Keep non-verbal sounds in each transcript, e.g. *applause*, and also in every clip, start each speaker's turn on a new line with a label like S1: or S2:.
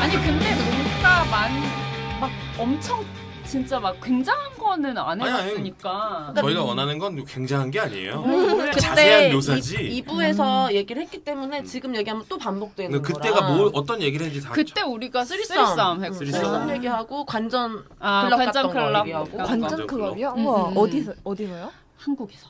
S1: 아니 근데 농가 만막 엄청 진짜 막 굉장한 거는 안
S2: 아니, 그러니까 아니.
S1: 해봤으니까.
S2: 저희가 원하는 건 굉장한 게 아니에요.
S1: 음.
S3: 음. 근데
S2: 그렇죠. 자세한 묘사지.
S3: 2부에서 얘기를 했기
S1: 음.
S3: 때문에 지금 얘기하면 또 반복되는
S2: 근데
S3: 거라.
S2: 그때가 뭐 어떤 얘기를 했는지 다
S1: 그때 우리가
S3: 쓰리썸.
S1: 그러니까 쓰리썸
S3: 응,
S1: 했고.
S2: 쓰리썸.
S3: 쓰리썸 얘기하고 관전
S1: 아
S3: 클럽
S1: 관전
S3: 갔던 거
S1: 클럽.
S3: 얘기하고.
S1: 갔던 거.
S2: 완전
S4: 관전 클럽이요?
S1: 음.
S4: 우와 어디서 어디서요?
S1: 한국에서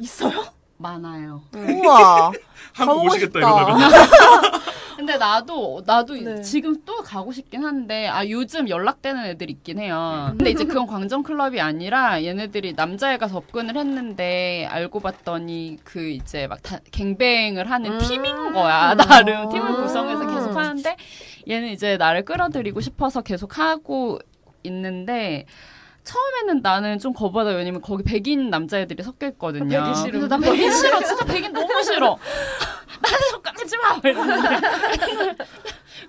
S4: 있어요?
S1: 많아요.
S4: 네. 우와
S2: 한국
S4: 가보고
S2: 오시겠다
S4: 싶다.
S1: *laughs*
S2: 이러다가
S1: 근데 나도 나도
S4: 네.
S1: 지금 또 가고 싶긴 한데 아 요즘 연락되는 애들 있긴 해요. 근데 이제 그건 광정 클럽이 아니라 얘네들이 남자애가 접근을 했는데 알고 봤더니 그 이제 막 다, 갱뱅을 하는
S3: 음.
S1: 팀인 거야. *laughs* 나름 팀을
S4: 아.
S3: 음.
S1: 구성해서 계속 하는데 얘는 이제 나를 끌어들이고 싶어서 계속 하고 있는데. 처음에는 나는 좀 거부하다 왜냐면 거기 백인 남자애들이 섞여 있거든요.
S4: 아, 백인 싫음.
S1: 그래서 나 백인 싫어, 진짜 백인 너무 싫어. 나한테 손가락 하지 마! 막 이러는데.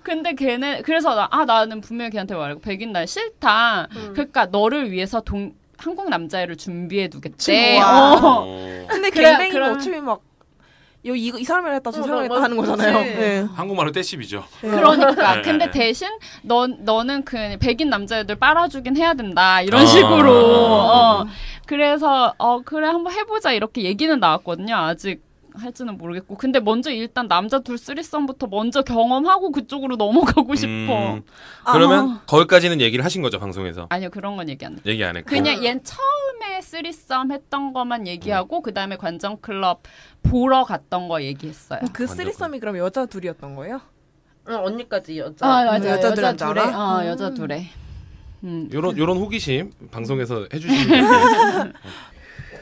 S1: *laughs* 근데 걔네, 그래서 나, 아, 나는 분명히 걔한테 말하고, 백인 날 싫다.
S4: 음.
S1: 그러니까 너를 위해서 동, 한국 남자애를 준비해 두겠대.
S4: 우와.
S1: 어.
S2: 어,
S4: 뭐 근데
S1: *laughs* 그래,
S4: 갱뱅이가
S1: 그럼-
S4: 어차피 막 *laughs* 요, 이, 이 사람이랑 했다 저
S3: 어,
S4: 사람이랑
S3: 뭐,
S4: 했다 하는 거잖아요
S3: 그치.
S4: 네.
S2: 한국말로 떼씹이죠.
S1: 그러니까.
S2: 네.
S1: 근데 대신, 넌, 너는 그 백인 남자애들 빨아주긴 해야 된다. 이런
S2: 아.
S1: 식으로. 어. 그래서, 어, 그래, 한번 해보자. 이렇게 얘기는 나왔거든요. 아직. 할지는 모르겠고 근데 먼저 일단 남자 둘 쓰리썸부터 먼저 경험하고 그쪽으로 넘어가고 아. 싶어
S2: 음, 그러면 거기까지는 얘기를 하신 거죠 방송에서
S1: 아니요 그런 건 얘기 안 해.
S2: 얘기 안 했고.
S1: 그냥 얜 처음에 쓰리썸 했던 것만 얘기하고 그 다음에 관전 클럽 보러 갔던 거 얘기했어요.
S4: 그 쓰리썸이 그럼 여자 둘이었던 거예요?
S3: 응, 언니까지 음, 여자.
S1: 아
S4: 맞아.
S1: 맞아
S4: 여자들은
S1: 여자
S4: 여자
S1: 둘에
S4: 둘에. 알아?
S1: 어 여자 둘에. 음.
S2: 요런 요런 호기심 방송에서
S1: *laughs*
S2: 해주시는 게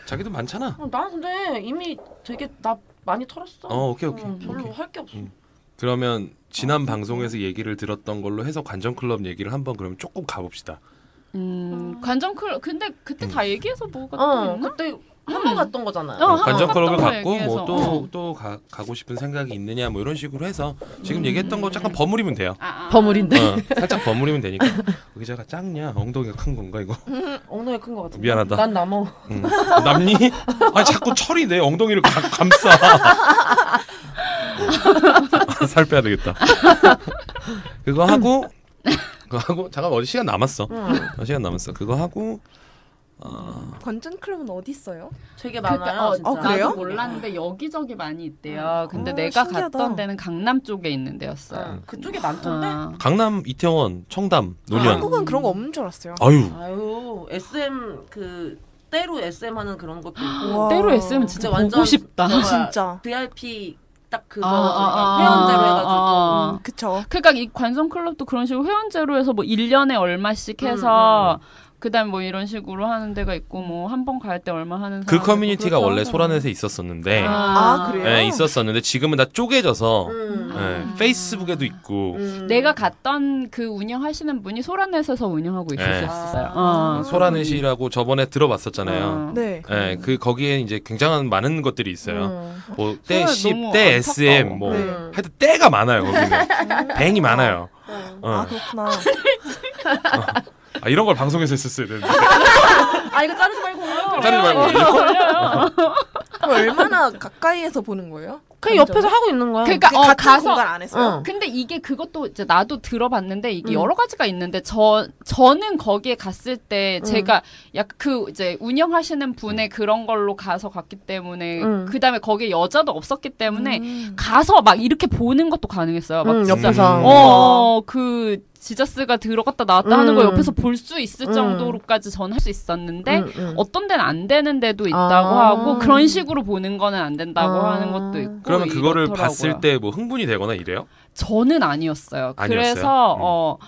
S2: 자기도 많잖아.
S3: 어, 난 근데 이미 되게 나 많이 털었어.
S2: 어 오케이 오케이.
S3: 응, 별로
S2: 오케이.
S3: 할 게 없어.
S2: 음. 그러면 지난 방송에서 얘기를 들었던 걸로 해서 관전 클럽 얘기를 한번 그럼 조금 가봅시다.
S1: 음 관전 클럽 근데 그때 다 얘기해서 뭐가 아, 또
S3: 어,
S1: 있나?
S3: 그때 한 번 갔던 거잖아요.
S1: 어, 한
S2: 뭐 관전
S1: 번
S2: 클럽을
S1: 갔던 거
S2: 갖고
S1: 얘기해서. 어.
S2: 뭐 또 또 가고 싶은 생각이 있느냐 뭐 이런 식으로 해서 지금 얘기했던 거 잠깐 버무리면 돼요.
S1: 아, 아.
S3: 버물인데.
S2: 어, 살짝 버무리면 되니까 의자가 작냐 엉덩이가 큰 건가 이거
S3: 엉덩이 큰 거 같아.
S2: 미안하다.
S3: 난 남어.
S2: 음. 남니 아 자꾸 철이 내 엉덩이를 가- 감싸 아, 살 빼야 되겠다 그거 하고 그거 하고 잠깐 어디 시간 남았어
S3: 응.
S2: 어, 시간 남았어 그거 하고 어,
S4: 관전 클럽은 어디 있어요?
S3: 되게 많아요. 아,
S1: 그러니까 어,
S3: 진짜.
S4: 어, 그래요?
S1: 나도 몰랐는데 여기저기 많이 있대요. 근데
S4: 어,
S1: 내가
S4: 신기하다.
S1: 갔던 데는 강남 쪽에 있는 데였어요.
S2: 음.
S3: 응, 그쪽에 많던데.
S1: 아.
S2: 강남 이태원 청담 논현
S4: 한국은 그런 거 없는 줄 알았어요
S2: 아유
S3: 아유, SM 그 때로 SM 하는 그런 것도
S5: 아,
S3: 있고.
S4: 우와. 어,
S1: 때로 했으면 진짜
S3: 진짜
S1: 보고
S3: 완전
S1: 싶다. *laughs*
S3: 저거야.
S4: 진짜.
S3: VIP 딱 그거
S1: 아, 아, 아.
S3: 회원제로 해가지고.
S1: 아.
S4: 음, 그쵸
S1: 그러니까 이 관성 클럽도 그런 식으로 회원제로 해서 뭐 1년에
S4: 음,
S1: 얼마씩 해서 그다음 뭐 이런 식으로 하는 데가 있고 뭐 한 번 갈 때 얼마 하는
S2: 그
S1: 사람도
S2: 커뮤니티가
S1: 있고 그렇죠.
S2: 원래
S1: 아, 그렇다고
S2: 소란에서 있었었는데
S1: 하더라고요.
S4: 아, 그래요?
S2: 예, 있었었는데 지금은 다 쪼개져서
S3: 음.
S2: 예, 페이스북에도 있고
S3: 음.
S1: 네. 내가 갔던 그 운영하시는 분이 소란에서서 운영하고
S2: 네.
S1: 있으셨어요.
S3: 아.
S1: 어.
S2: 소라넷이라고 저번에 들어봤었잖아요.
S1: 어.
S4: 네
S2: 예, 그 거기에 이제 굉장한 많은 것들이 있어요.
S3: 음.
S2: 뭐 때,
S1: 소라
S2: 십,
S1: 너무
S2: 때,
S1: 안타까워.
S2: SM, 뭐
S4: 네.
S2: 하여튼 때가 많아요. 거기는 뱅이 많아요.
S3: 음.
S2: 어.
S4: 아 그렇구나
S2: 아, 이런 걸 방송에서 했었어야 되는데
S3: 아 이거 자르지 말고.
S1: 어,
S2: 자르지
S1: 네.
S2: 말고
S4: 그럼 얼마나 가까이에서 보는 거예요?
S3: 그냥 옆에서 하고 있는 거야.
S1: 그러니까 어,
S4: 같은
S1: 가서 어.
S4: 공간 안에서요?
S3: 응.
S1: 근데 이게 그것도 이제 나도 들어봤는데 이게
S3: 어. 음.
S1: 여러 가지가 있는데 저 저는 거기에 갔을 때
S3: 음.
S1: 제가 약 그 이제 운영하시는 분의 그런 걸로 가서 갔기 때문에
S3: 음.
S1: 그다음에 거기에 여자도 없었기 때문에
S4: 음.
S1: 가서 막 이렇게 보는 것도 가능했어요. 막
S3: 음,
S1: 진짜
S2: 옆에서.
S1: 어, 그 지저스가 들어갔다 나왔다 하는 거
S3: 음.
S1: 옆에서 볼 수 있을
S3: 음.
S1: 정도로까지 전 할 수 있었는데
S3: 음, 음.
S1: 어떤 데는 안 되는 데도 있다고
S3: 아.
S1: 하고 그런 식으로 보는 거는 안 된다고
S3: 아.
S1: 하는 것도 있고
S2: 그러면 그거를
S1: 이렇더라고요.
S2: 봤을 때 뭐 흥분이 되거나 이래요?
S1: 저는 아니었어요.
S2: 아니었어요?
S1: 그래서
S2: 음.
S1: 어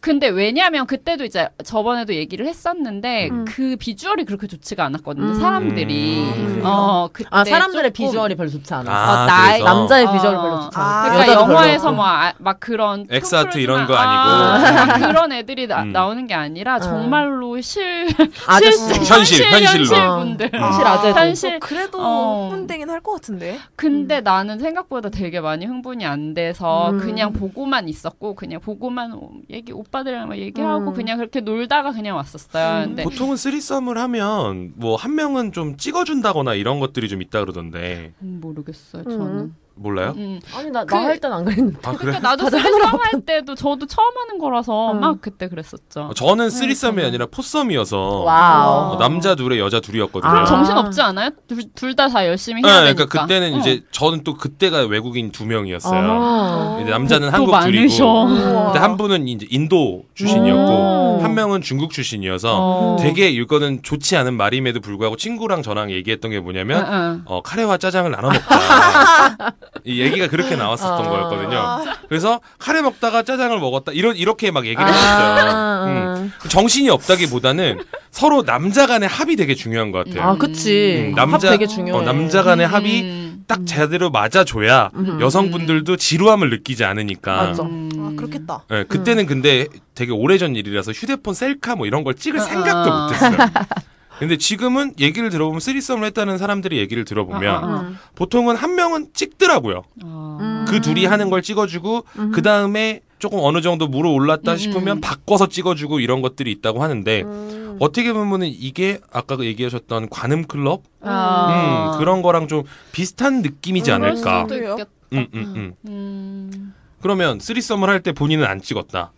S1: 근데 왜냐면 그때도 이제 저번에도 얘기를 했었는데
S4: 음.
S1: 그 비주얼이 그렇게 좋지가 않았거든요.
S5: 음.
S1: 사람들이
S4: 음.
S1: 어 그때
S5: 아 사람들의
S1: 조금-
S5: 비주얼이 별로 좋지 않아.
S2: 아,
S1: 어, 나이-
S2: 그래서?
S5: 남자의
S1: 어.
S5: 비주얼이 별로 좋지 않아.
S4: 아.
S1: 그러니까
S5: 여자도 별로
S1: 영화에서
S5: 없고.
S1: 막, 아- 막 그런
S2: 엑스아트
S1: 톰
S2: 이런 거
S1: 크루즈나-
S2: 아니고.
S1: 아, 막
S2: *laughs*
S1: 그런 애들이 나,
S2: 음.
S1: 나오는 게 아니라 정말로 실
S5: 아저씨.
S4: 실제-
S2: 현실, 현실로.
S1: 현실분들
S2: 아.
S5: 사실 아재
S1: 현실
S4: 뭐 그래도
S1: 어.
S4: 흥분되긴 할 것 같은데.
S1: 근데 나는 생각보다 되게 많이 흥분이 안 돼서
S4: 음.
S1: 그냥 보고만 있었고 그냥 보고만 오- 얘기 오빠들이랑 막 얘기하고
S4: 음.
S1: 그냥 그렇게 놀다가 그냥 왔었어요. 근데
S2: 보통은 쓰리썸을 하면 뭐 한 명은 좀 찍어준다거나 이런 것들이 좀 있다 그러던데
S1: 음, 모르겠어요.
S4: 음.
S1: 저는.
S2: 몰라요?
S1: 음.
S5: 아니 나
S1: 그-
S5: 나 할 땐 안 그랬는데.
S2: 아 그래?
S1: 그러니까 나도
S5: 다들
S1: 스페셜 할 때도 저도 처음 하는 거라서
S4: 음.
S1: 막 그때 그랬었죠.
S2: 어, 저는 쓰리썸이 아니라 포썸이어서
S5: 와우.
S2: 어, 남자 둘에 여자 둘이었거든요.
S5: 아.
S1: 어, 정신 없지 않아요? 둘 다 다 열심히 해야
S2: 네,
S1: 되니까.
S2: 그러니까 그때는
S1: 어.
S2: 이제 저는 또 그때가 외국인 두 명이었어요.
S5: 아.
S2: 이제 남자는
S1: 또
S2: 한국
S1: 많으셔. 어.
S2: 둘이고,
S4: 우와. 음.
S2: 근데 한 분은 이제 인도 출신이었고
S1: 오.
S2: 한 명은 중국 출신이어서
S1: 음. 어.
S2: 되게 이거는 좋지 않은 말임에도 불구하고 친구랑 저랑 얘기했던 게 뭐냐면
S1: 응,
S2: 어, 카레와 짜장을 나눠 먹다.
S1: *laughs*
S2: 이 얘기가 그렇게 나왔었던
S1: 어.
S5: 아.
S2: 거였거든요. 그래서 카레 먹다가 짜장을 먹었다. 이런 이렇게 막 얘기를
S5: 아,
S1: 아.
S2: 했었어요. 음. 정신이 없다기보다는 서로 남자 간의 합이 되게 중요한 것 같아요.
S5: 아, 그치.
S2: 음,
S5: 남자
S2: 남자-
S5: 되게 중요해.
S2: 어, 남자 간의
S1: 응.
S2: 합이
S1: 음.
S2: 딱 제대로 맞아줘야
S5: 음.
S2: 여성분들도 지루함을 느끼지 않으니까.
S5: 맞아.
S1: 음.
S4: 아 그렇겠다.
S2: 예, 그때는 근데 되게 오래전 일이라서 휴대폰 셀카 뭐 이런 걸 찍을
S1: 아,
S2: 생각도
S1: 아.
S2: 못했어요.
S1: *laughs*
S2: 근데 지금은 얘기를 들어보면 쓰리썸을 했다는 사람들이 얘기를 들어보면
S1: 아, 아,
S4: 음.
S2: 보통은 한 명은 찍더라고요.
S1: 아.
S2: 그 둘이 하는 걸 찍어주고 그 다음에 조금 어느 정도 물어 올랐다
S1: 음,
S2: 싶으면
S1: 음.
S2: 바꿔서 찍어주고 이런 것들이 있다고 하는데
S4: 음.
S2: 어떻게 보면은 이게 아까 그 얘기하셨던 관음 클럽 음,
S1: 아.
S2: 그런 거랑 좀 비슷한 느낌이지
S4: 그럴
S2: 않을까.
S4: 수도
S1: 또 있겠다.
S2: 음, 음, 음.
S1: 음.
S2: 그러면 쓰리썸을 할 때 본인은 안 찍었다.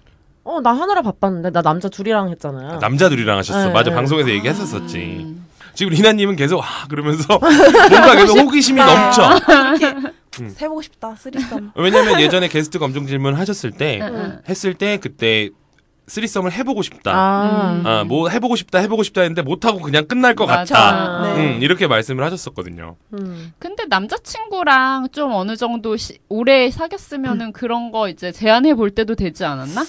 S5: 어, 나 하느라 바빴는데. 나 남자 둘이랑 했잖아요.
S2: 남자들이랑 하셨어.
S5: 네,
S2: 맞아
S5: 네.
S2: 방송에서 얘기했었었지.
S1: 음.
S2: 지금 리나님은 계속 아 그러면서 뭔가 계속 호기심이 넘쳐.
S4: 해보고 싶다 쓰리썸.
S2: 왜냐면 예전에 게스트 검증 질문 하셨을
S1: 응,
S2: 때
S4: 아.
S1: 응.
S2: 했을 때 그때 쓰리썸을 해보고 싶다.
S1: 음.
S5: 아.
S2: 아, 뭐 해보고 싶다 해보고 싶다 했는데 못하고 그냥 끝날 것
S1: 맞아.
S2: 같아.
S5: 네.
S2: 음, 이렇게 말씀을 하셨었거든요.
S5: 음.
S1: 근데 남자친구랑 좀 어느 정도 시- 오래 사귀었으면은 그런 거 이제 제안해 볼 때도 되지 않았나?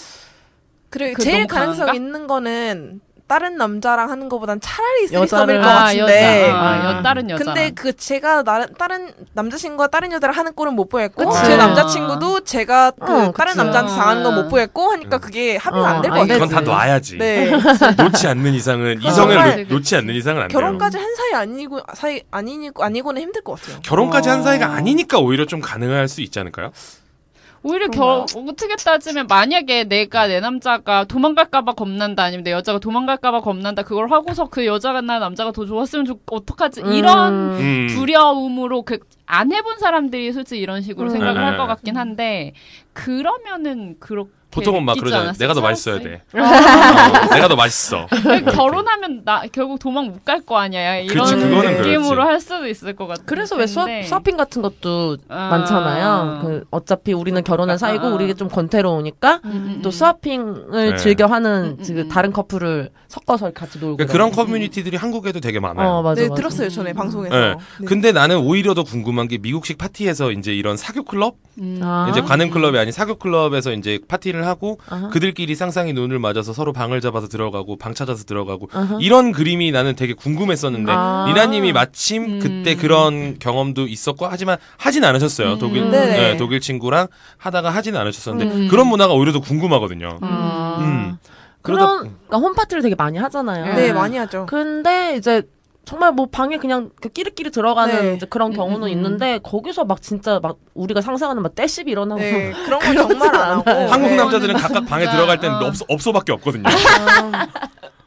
S4: 그리고
S1: 그 너무
S4: 제일 가능성
S1: 강한가?
S4: 있는 거는 다른 남자랑 하는 거보단 차라리
S5: 여자를-
S4: 쓰리썸일 것
S1: 아,
S4: 같은데.
S1: 여자. 아,
S2: 음.
S1: 여, 다른 여자.
S4: 근데 그 제가 나, 다른 남자친구가 다른 여자를 하는 꼴은 못 보겠고
S5: 그치.
S4: 제 남자친구도 제가 그
S5: 어,
S4: 다른
S5: 그치. 아.
S4: 남자한테 당하는 건 못 보겠고 하니까
S2: 음.
S4: 그게 합의가
S5: 어,
S4: 안 될 것
S5: 안
S4: 같아요.
S2: 그건 아, 다
S5: 되지.
S2: 놔야지.
S4: 네.
S2: 놓지 않는 이상은 이성을
S4: 정말
S2: 놓, 놓지 않는 이상은 안 돼요.
S4: 결혼까지 한 사이 아니고 사이 아니니고 아니고는 힘들 것 같아요.
S2: 결혼까지 한 사이가
S5: 어.
S2: 아니니까 오히려 좀 가능할 수 있지 않을까요?
S1: 오히려
S4: 그런가요?
S1: 결 어떻게 따지면 만약에 내가 내 남자가 도망갈까봐 겁난다 아니면 내 여자가 도망갈까봐 겁난다 그걸 하고서 그 여자가 나 남자가 더 좋았으면 좋, 어떡하지
S4: 음.
S1: 이런
S2: 음.
S1: 두려움으로 그 안 해본 사람들이 솔직히 이런 식으로
S4: 음.
S1: 생각을
S2: 네.
S1: 할 것 같긴 한데 그러면은 그렇게
S2: 보통은 막
S1: 느끼지
S2: 그러잖아요.
S1: 않았어요?
S2: 내가 더 맛있어야
S1: 차라리.
S2: 돼.
S5: *laughs*
S2: 어, 내가 더 맛있어.
S1: 왜 결혼하면 나 결국 도망 못 갈 거 아니야 이런
S2: 그치,
S4: 그거는
S1: 느낌으로
S2: 그렇지.
S1: 할 수도 있을 것 어. 같아.
S5: 그래서 왜 수업, 서핑 같은 것도 많잖아요. 그 어차피 우리는 결혼한 사이고
S1: 아.
S5: 우리가 좀 권태로우니까 또 스와핑을
S2: 네.
S5: 즐겨 하는
S1: 음,
S5: 그
S1: 음.
S5: 다른 커플을 섞어서 같이 놀고
S2: 그러니까 그런
S5: 그러는
S2: 커뮤니티들이 한국에도 되게
S5: 거.
S2: 많아요.
S5: 어 맞아
S4: 네
S5: 맞아.
S4: 들었어요 전에 방송에서.
S2: 네.
S4: 네.
S2: 근데 나는 오히려 더 궁금한 게 미국식 파티에서 이제 이런 사교 클럽,
S5: 아.
S2: 이제 관음 클럽이 아닌 사교 클럽에서 이제 파티를 하고
S5: 아하.
S2: 그들끼리 쌍쌍이 눈을 맞아서 서로 방을 잡아서 들어가고 방 찾아서 들어가고
S5: 아하.
S2: 이런 그림이 나는 되게 궁금했었는데
S5: 아.
S2: 리나님이 마침 그때
S1: 음.
S2: 그런 경험도 있었고 하지만 하진 않으셨어요
S1: 음.
S2: 독일
S4: 네.
S2: 네, 독일 친구랑 하다가 하진 않으셨었는데
S1: 음.
S2: 그런 문화가 오히려 더 궁금하거든요.
S1: 아.
S2: 음. 그러다
S5: 그런 그러니까 홈 파티를 되게 많이 하잖아요.
S4: 네, 많이 하죠.
S5: 그 근데 이제 정말 뭐 방에 그냥 이렇게 끼리끼리 들어가는
S4: 네.
S5: 이제 그런
S1: 음,
S5: 경우는
S1: 음, 음.
S5: 있는데 거기서 막 진짜 막 우리가 상상하는 막 떼십 일어나고
S4: 네 그런 건 정말 안 하고
S5: 어,
S2: 한국
S4: 네.
S2: 남자들은 각각 방에 들어갈 때는
S1: 어.
S2: 업소, 업소밖에 없거든요.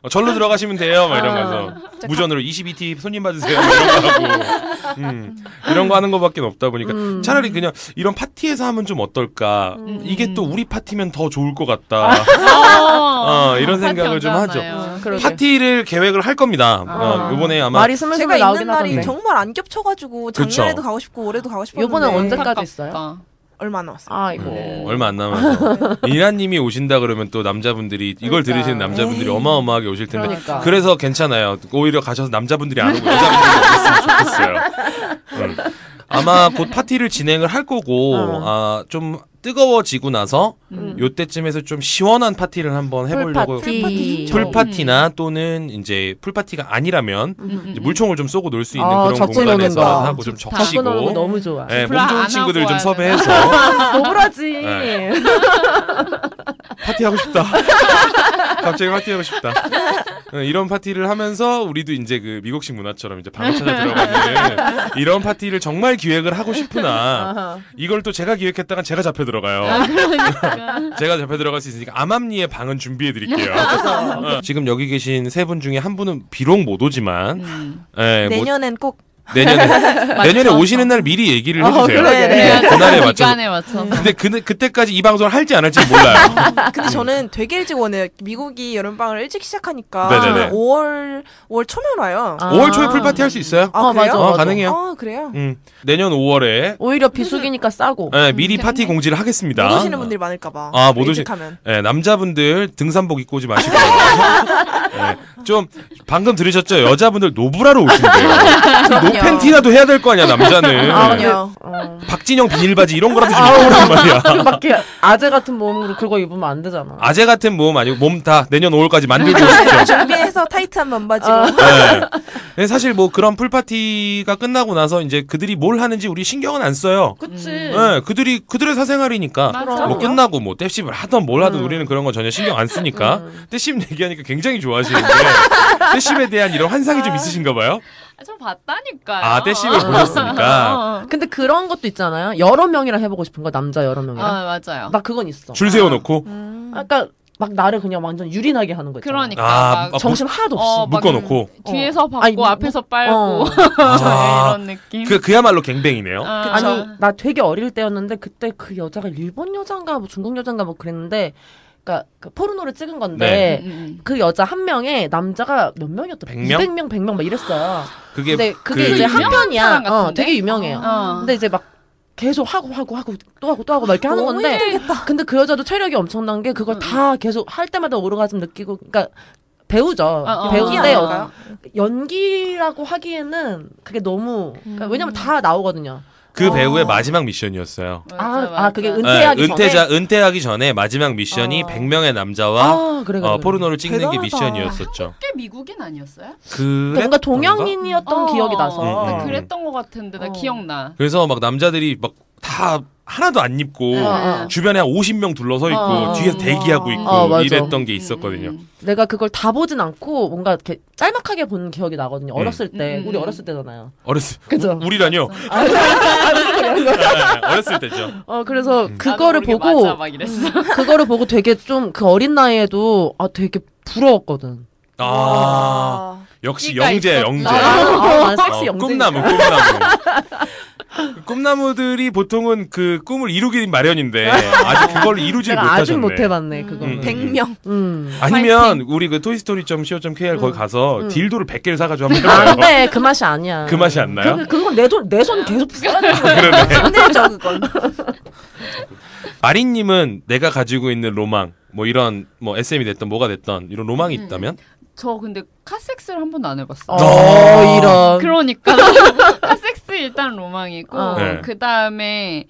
S2: 어, 절로 들어가시면 돼요, 막 이런 거서 무전으로 22티 손님 받으세요, 막 이런 거 하고 음, 이런 거 하는 거밖에 없다 보니까
S5: 음.
S2: 차라리 그냥 이런 파티에서 하면 좀 어떨까?
S1: 음.
S2: 이게 또 우리 파티면 더 좋을 것 같다. 음. 어, 이런 생각을 좀 하죠.
S5: 아, 음, 그러게.
S2: 파티를 계획을 할 겁니다.
S5: 아.
S2: 어, 이번에 아마
S5: 말이 스물스물
S4: 제가
S5: 나오긴
S4: 있는 날이
S5: 하던데.
S4: 정말 안 겹쳐가지고
S2: 그쵸.
S4: 작년에도 가고 싶고 올해도 가고 싶었는데
S5: 요번에 언제 가-
S4: 얼마 안 남았어요.
S5: 아이고.
S2: 어, 얼마 안
S5: *laughs*
S2: 남아서 이란님이 오신다 그러면 또 남자분들이 이걸
S5: 그러니까.
S2: 들으시는 남자분들이 어마어마하게 오실 텐데
S5: 그러니까.
S2: 그래서 괜찮아요. 오히려 가셔서 남자분들이 안 오고 여자분들이 오셨으면 좋겠어요. 음. 아마 곧 파티를 진행을 할 거고
S5: 어.
S2: 아, 좀 뜨거워지고 나서
S1: 음.
S2: 요때쯤에서 좀 시원한 파티를 한번 해보려고
S5: 풀파티. 음.
S1: 풀파티.
S2: 풀파티나 또는 이제 풀파티가 아니라면
S1: 음, 음,
S2: 이제
S1: 음.
S2: 물총을 좀 쏘고 놀 수 있는
S5: 아,
S2: 그런
S5: 적재 넣는
S2: 공간에서
S5: 거.
S2: 하고 좀
S1: 좋다.
S5: 갖고 노는 거
S2: 적시고
S5: 너무 좋아.
S2: 예,
S1: 불안
S2: 몸 좋은
S1: 안
S2: 친구들 좀
S1: 하고 와야
S2: 섭외해서
S5: 아, 너무라지.
S2: 네. 파티하고 싶다. *laughs* 갑자기 파티하고 싶다. 어, 이런 파티를 하면서 우리도 이제 그 미국식 문화처럼 이제 방을 찾아 들어가는 이런 파티를 정말 기획을 하고 싶으나
S5: 아하.
S2: 이걸 또 제가 기획했다간 제가 잡혀
S1: 아,
S2: 들어가요. *laughs*
S1: 그러니까.
S2: 제가 잡혀 들어갈 수 있으니까 암암리의 방은 준비해 드릴게요.
S5: *laughs*
S2: 어. 지금 여기 계신 세 분 중에 한 분은 비록 못 오지만
S1: 음.
S2: 예, 뭐
S4: 내년엔 꼭
S5: *laughs*
S2: 내년에 내년에
S1: 맞춰서.
S2: 오시는 날 미리 얘기를
S5: 어,
S2: 해주세요.
S5: 그러게.
S2: 네, 그날에 맞춰서
S1: 기간에 음.
S5: 음.
S1: 맞춰서.
S2: 근데 그, 그때까지 이 방송을 할지 안 할지 몰라요.
S4: 아, 근데 저는 되게 일찍 오네요. 미국이 여름방을 일찍 시작하니까
S2: 네네네.
S4: 5월 5월 초면 와요.
S5: *laughs* 아.
S2: 5월 초에 풀파티 할 수 있어요?
S4: 아,
S5: 어,
S4: 그래요?
S5: 맞아,
S2: 어,
S5: 맞아.
S2: 가능해요.
S4: 아 그래요?
S2: 음, 내년 5월에 예,
S5: 오히려 비수기니까 싸고.
S2: 미리 파티 공지를 하겠습니다.
S4: 못 오시는 음, 분들이 많을까봐.
S2: 아, 못 오시-
S4: 일찍 하면.
S2: 예, 남자분들 등산복 입고 오지
S4: *laughs*
S2: 마시고. 예, 좀 방금 들으셨죠? 여자분들 노브라로 오신대요.
S5: 그럼요.
S2: 노팬티라도 해야 될 거 아니야 남자는.
S4: *laughs* 아, 아니요.
S5: 어.
S2: 박진영 비닐바지 이런 거라도 좀 입고 오란 말이야.
S5: *laughs* 밖에 아재 같은 몸으로 그거 입으면 안 네. 되잖아.
S2: 아재 같은 몸 아니고 몸 다 내년 5월까지 만들고 오십시오.
S4: *laughs* 준비해서 타이트한 반바지로.
S5: 아.
S2: 예. 근데 사실 뭐 그런 풀파티가 끝나고 나서 이제 그들이 뭘 하는지 우리 신경은 안 써요.
S5: 그치.
S2: 예, 그들이 그들의 사생활이니까
S1: 맞아.
S2: 뭐 끝나고 뭐 떼씹을 하던 뭘 하든
S5: 음.
S2: 우리는 그런 건 전혀 신경 안 쓰니까
S5: 음.
S2: 떼씹 얘기하니까 굉장히 좋아하시는데
S5: *laughs*
S2: 떼씹에 대한 이런 환상이 좀 있으신가 봐요.
S1: 아, 좀 봤다니까요.
S2: 아 떼씹을 보셨으니까
S1: 어, 어.
S5: 근데 그런 것도 있잖아요. 여러 명이랑 해보고 싶은 거 남자 여러 명이랑.
S1: 아, 맞아요.
S5: 나 그건 있어.
S2: 줄 세워놓고
S4: 음.
S5: 아까 그러니까 막 나를 그냥 완전 유린하게 하는 거 있잖아. 뭐,
S1: 그러니까
S2: 아,
S1: 막
S2: 아,
S5: 정신 하나도 없이.
S1: 어, 막
S2: 묶어놓고
S1: 뒤에서 받고
S5: 아니, 뭐-
S1: 앞에서 빨고 *laughs*
S5: 어.
S2: 아,
S1: 이런 느낌.
S2: 그 그야말로 갱뱅이네요.
S1: 아,
S5: *laughs* 아니 나 되게 어릴 때였는데 그때 그 여자가 일본 여잔가 뭐 중국 여잔가 뭐 그랬는데 그러니까 그 포르노를 찍은 건데
S1: 음, 음.
S5: 그 여자 한 명에 남자가 몇 명이었더라?
S2: 100 명?
S5: 200명, 100명 막 이랬어요.
S2: 그게
S5: 근데 네, 그게
S2: 그
S5: 이제 한
S1: 유명한
S5: 편이야.
S1: 사람
S5: 어,
S1: 같은데?
S5: 되게 유명해요.
S2: 아.
S1: 어.
S5: 근데 이제 막 계속 하고 하고 하고 또 하고 또 하고 막 이렇게 하는
S4: 너무
S5: 건데 근데 그 여자도 체력이 엄청난 게 그걸
S1: 응.
S5: 다 계속 할 때마다 오르가즘 느끼고 그러니까 배우죠.
S1: 어, 어.
S5: 배우인데
S1: 연기하는
S4: 요
S5: 연기라고 하기에는 그게 너무
S1: 음.
S5: 그러니까 왜냐면 다 나오거든요.
S2: 그
S4: 어.
S2: 배우의 마지막 미션이었어요.
S1: 맞아,
S5: 아,
S1: 맞아.
S5: 아 그게 은퇴하기
S2: 예,
S5: 전에
S2: 은퇴자 은퇴하기 전에 마지막 미션이
S5: 어.
S2: 100명의 남자와
S5: 아 그래 그래.
S2: 어,
S5: 그래.
S2: 포르노를 찍는 게
S4: 대단하다.
S2: 미션이었었죠.
S1: 꽤 미국인 아니었어요?
S2: 그
S5: 그러니까 뭔가 동양인이었던
S1: 어.
S5: 기억이 나서
S2: 응, 응,
S1: 나
S2: 응.
S1: 그랬던 것 같은데 나
S5: 어.
S1: 기억나.
S2: 그래서 막 남자들이 막 다 하나도 안
S1: 네.
S2: 입고
S5: 어, 어.
S2: 주변에 한 50명 둘러서 있고
S5: 어, 어.
S2: 뒤에서 대기하고 있고
S5: 어, 맞아.
S2: 이랬던 게 있었거든요.
S1: 음,
S5: 내가 그걸 다 보진 않고 뭔가 이렇게 짤막하게 본 기억이 나거든요. 어렸을 때
S1: 음, 음.
S5: 우리 어렸을 때잖아요.
S2: 어렸을
S5: 그죠?
S2: 우-
S5: *laughs*
S2: 우리라뇨.
S1: 맞아.
S2: 네, 어렸을 때죠.
S5: 어 그래서
S1: 나도
S5: 그거를
S1: 모르게
S5: 보고 음.
S1: 맞아, 막 이랬어.
S5: 그거를 보고 되게 좀 그 어린 나이에도 아 되게 부러웠거든.
S2: 아 역시
S1: 끼가
S2: 영재
S1: 있었다.
S2: 영재.
S5: 아, 난
S2: 어,
S5: 섹시 영재.
S2: 네. 꿈나무 꿈나무. 그 꿈나무들이 보통은 그 꿈을 이루기 마련인데 아직 그걸 이루지를
S5: 내가 아직
S2: 못하셨네.
S5: 못 해봤네 그거는.
S2: 음.
S4: 100명.
S5: 음.
S2: 아니면 우리 그 toystory.co.kr 거기 가서
S5: 음.
S2: 딜도를 100개를 사가지고 한번 해봐요.
S5: 안돼 그 맛이 아니야.
S2: 아, 그 맛이 안 나요? 아,
S5: 그, 그건 내 돈 내 손 계속 써야 돼.
S2: 그러네.
S4: 힘들죠 그건.
S2: 마린님은 내가 가지고 있는 로망, 뭐 이런 뭐 SM이 됐던 뭐가 됐던 이런 로망이
S5: 음.
S2: 있다면?
S1: 저 근데 카섹스를 한 번도 안 해봤어.
S5: 어,
S2: 너.
S5: 이런.
S1: 그러니까 *laughs* 카섹스 일단 로망이고
S5: 어.
S2: 네.
S1: 그 다음에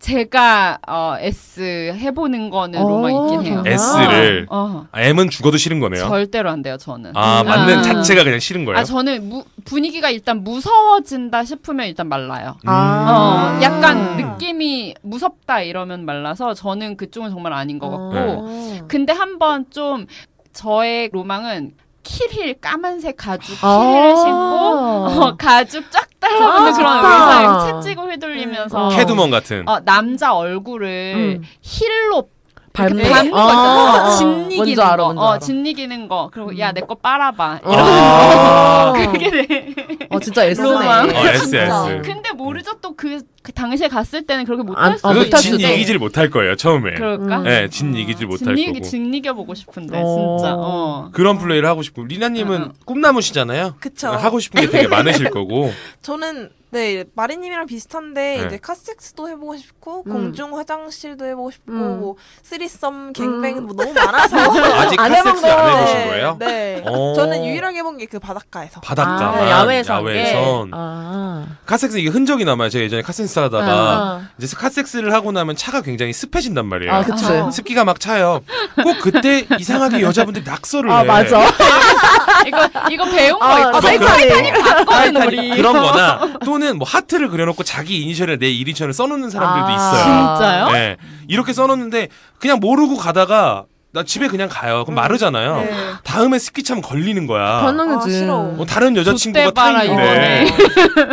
S1: 제가 어, S 해보는 거는
S5: 어,
S1: 로망이긴 해요.
S5: 정말?
S2: S를
S1: 어,
S2: 아, M은 죽어도 싫은 거네요.
S1: 절대로 안 돼요 저는.
S2: 아
S1: 음.
S2: 맞는
S1: 아.
S2: 자체가 그냥 싫은 거예요.
S1: 아 저는 무, 분위기가 일단 무서워진다 싶으면 일단 말라요.
S2: 음,
S1: 어,
S5: 아.
S1: 약간 느낌이 무섭다 이러면 말라서 저는 그쪽은 정말 아닌 것 같고. 그
S5: 네.
S1: 근데 한번 좀 저의 로망은 킬힐 까만색 가죽 킬힐 신고 어, 가죽 쫙 달라붙는
S5: 아,
S1: 그런
S5: 좋다.
S1: 의상을 채찍고 휘둘리면서
S5: 음.
S2: 캐두먼 같은.
S1: 어, 남자 얼굴을
S5: 음.
S1: 힐로
S5: 밟는
S1: 밟는 거 있잖아. 진니기는
S5: 뭔지
S1: 거.
S5: 알아, 뭔지
S1: 어,
S5: 알아. 음.
S1: 진니기는 거. 그리고 야 내 거 빨아봐.
S5: 어.
S1: 이런
S2: 아.
S1: 그게 내
S5: 어, 진짜 S네.
S1: 로망. 아, *laughs*
S2: 어, S S.
S4: 진짜.
S1: 근데 모르죠 또 그 그 당시에 갔을 때는 그렇게
S5: 안-
S1: 못할 수도
S5: 아,
S2: 그래서
S5: 못할
S2: 진
S5: 수도.
S2: 이기질 못할 거예요 처음에.
S1: 그럴까?
S5: 음.
S2: 네, 진 이기질 못할
S1: 진이기
S2: 거고.
S1: 진이겨 보고 싶은데
S5: 어.
S1: 진짜. 어.
S2: 그런 플레이를 하고 싶고 리나님은
S1: 응,
S5: 아.
S1: 응.
S2: 꿈나무시잖아요. 그러니까
S4: 그쵸.
S2: 하고 싶은 게 되게 많으실 거고.
S4: 저는 네 마리님이랑 비슷한데
S2: 네.
S4: 이제 카섹스도 해보고 싶고
S5: 음.
S4: 공중 화장실도 해보고 싶고
S5: 음.
S4: 뭐 쓰리썸 갱뱅 뭐 너무 많아서
S2: 아직
S5: *laughs* 안 해본
S2: 핫섹스 안
S5: 거.
S2: 네. 해보신 거예요?
S4: 네.
S2: 어.
S4: 저는 유일하게 해본 게 그 바닷가에서.
S2: 바닷가
S5: 아, 야외에서 한 게.
S2: 야외에선 예.
S5: 아.
S2: 카섹스 이게 흔적이 남아요. 제가 예전에 카섹스 하다가
S5: 아.
S2: 이제 카섹스를 하고 나면 차가 굉장히 습해진단 말이에요.
S5: 아, 그치.
S1: 아.
S2: 습기가 막 차요. 꼭 그때 이상하게 여자분들이 낙서를
S5: 아,
S2: 해.
S5: 맞아.
S1: 이거 이거 배운 거
S5: 아,
S1: 있죠?
S2: 아,
S5: 타이타닉.
S1: 바꿔는 우리.
S2: 아니, 그런 거나 또는 뭐 하트를 그려놓고 자기 이니셜에 내 이니셜을 써놓는 사람들도
S5: 아.
S2: 있어요.
S1: 진짜요?
S2: 네. 이렇게 써놓는데 그냥 모르고 가다가 나 집에 그냥 가요. 그럼 마르잖아요.
S4: 네.
S2: 다음에 스키 차면 걸리는 거야.
S5: 반응이지.
S4: 아, 싫어.
S2: 어, 다른 여자친구가
S1: 좆대 봐라,
S2: 타는데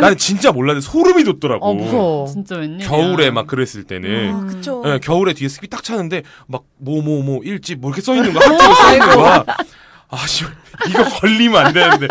S2: *laughs* 나는 진짜 몰랐는데 소름이 돋더라고.
S5: 어, 무서워.
S1: 진짜 웬일이야.
S2: 겨울에 막 그랬을 때는.
S4: 아, 그쵸.
S2: 예, 겨울에 뒤에 스키 딱 차는데 막 뭐 뭐 뭐 일지 뭐 이렇게 써 있는 거야. 하트로 써 있는 거야. 아, 씨, 이거 걸리면 안 되는데.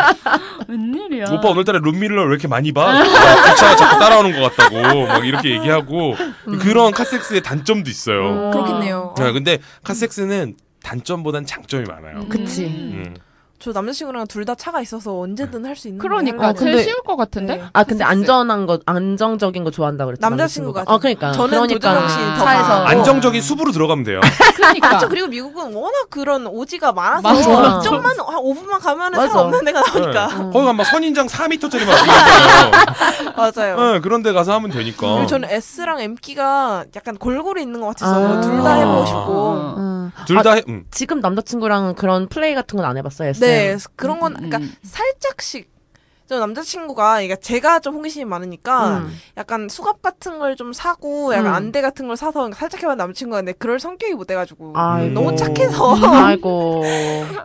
S1: 웬일이야.
S4: 그러니까.
S2: 오빠 오늘따라 룸미러 왜 이렇게 많이 봐? 아, 기차가 자꾸 따라오는 것 같다고 막 이렇게 얘기하고
S4: 음.
S2: 그런 카섹스의 단점도 있어요.
S5: 음.
S4: 그렇겠네요.
S2: 예, 근데 카섹스는 단점보단 장점이 많아요.
S5: 그치.
S1: 음.
S2: 음.
S4: 저 남자친구랑 둘 다 차가 있어서 언제든 할 수 있는.
S1: 그러니까
S4: 거
S5: 어,
S1: 제일
S5: 근데-
S1: 쉬울 것 같은데.
S4: 네.
S5: 아 근데 안전한 거 안정적인 거 좋아한다 그랬지
S4: 남자친구가
S5: 어 그러니까
S4: 저는
S5: 그러니까
S4: 도전 정신이 더
S5: 차에서 아,
S4: 강해요.
S2: 안정적인 숲으로 들어가면 돼요.
S1: 아. 그러니까.
S4: 그렇죠. 그리고 미국은 워낙 그런 오지가 많아서
S1: 맞아.
S4: 좀만 한 5분만 가면은
S5: 맞아.
S4: 사람 없는 데가 나오니까.
S2: 예. 거기 가면 막 선인장 4m짜리 막 있어요.
S4: *laughs* 맞아요.
S2: 예, 그런 데 가서 하면 되니까.
S4: 그리고 저는 S랑 M끼가 약간 골고루 있는 것 같아서
S5: 아.
S4: 둘 다 해보고
S1: 아.
S4: 싶고.
S5: 음.
S2: 둘
S4: 아,
S2: 다 해. 음.
S5: 지금 남자친구랑 그런 플레이 같은 건 안 해봤어요 SM.
S4: 네, 그런 건,
S1: 음,
S4: 그러니까
S1: 음.
S4: 살짝씩. 저 남자친구가, 그러니까 제가 좀 호기심이 많으니까
S5: 음.
S4: 약간 수갑 같은 걸 좀 사고 약간
S5: 음.
S4: 안대 같은 걸 사서 살짝 해봤는데 남자친구가 근데 그럴 성격이 못 돼가지고.
S5: 아이고.
S4: 너무 착해서. *laughs*
S5: 아이고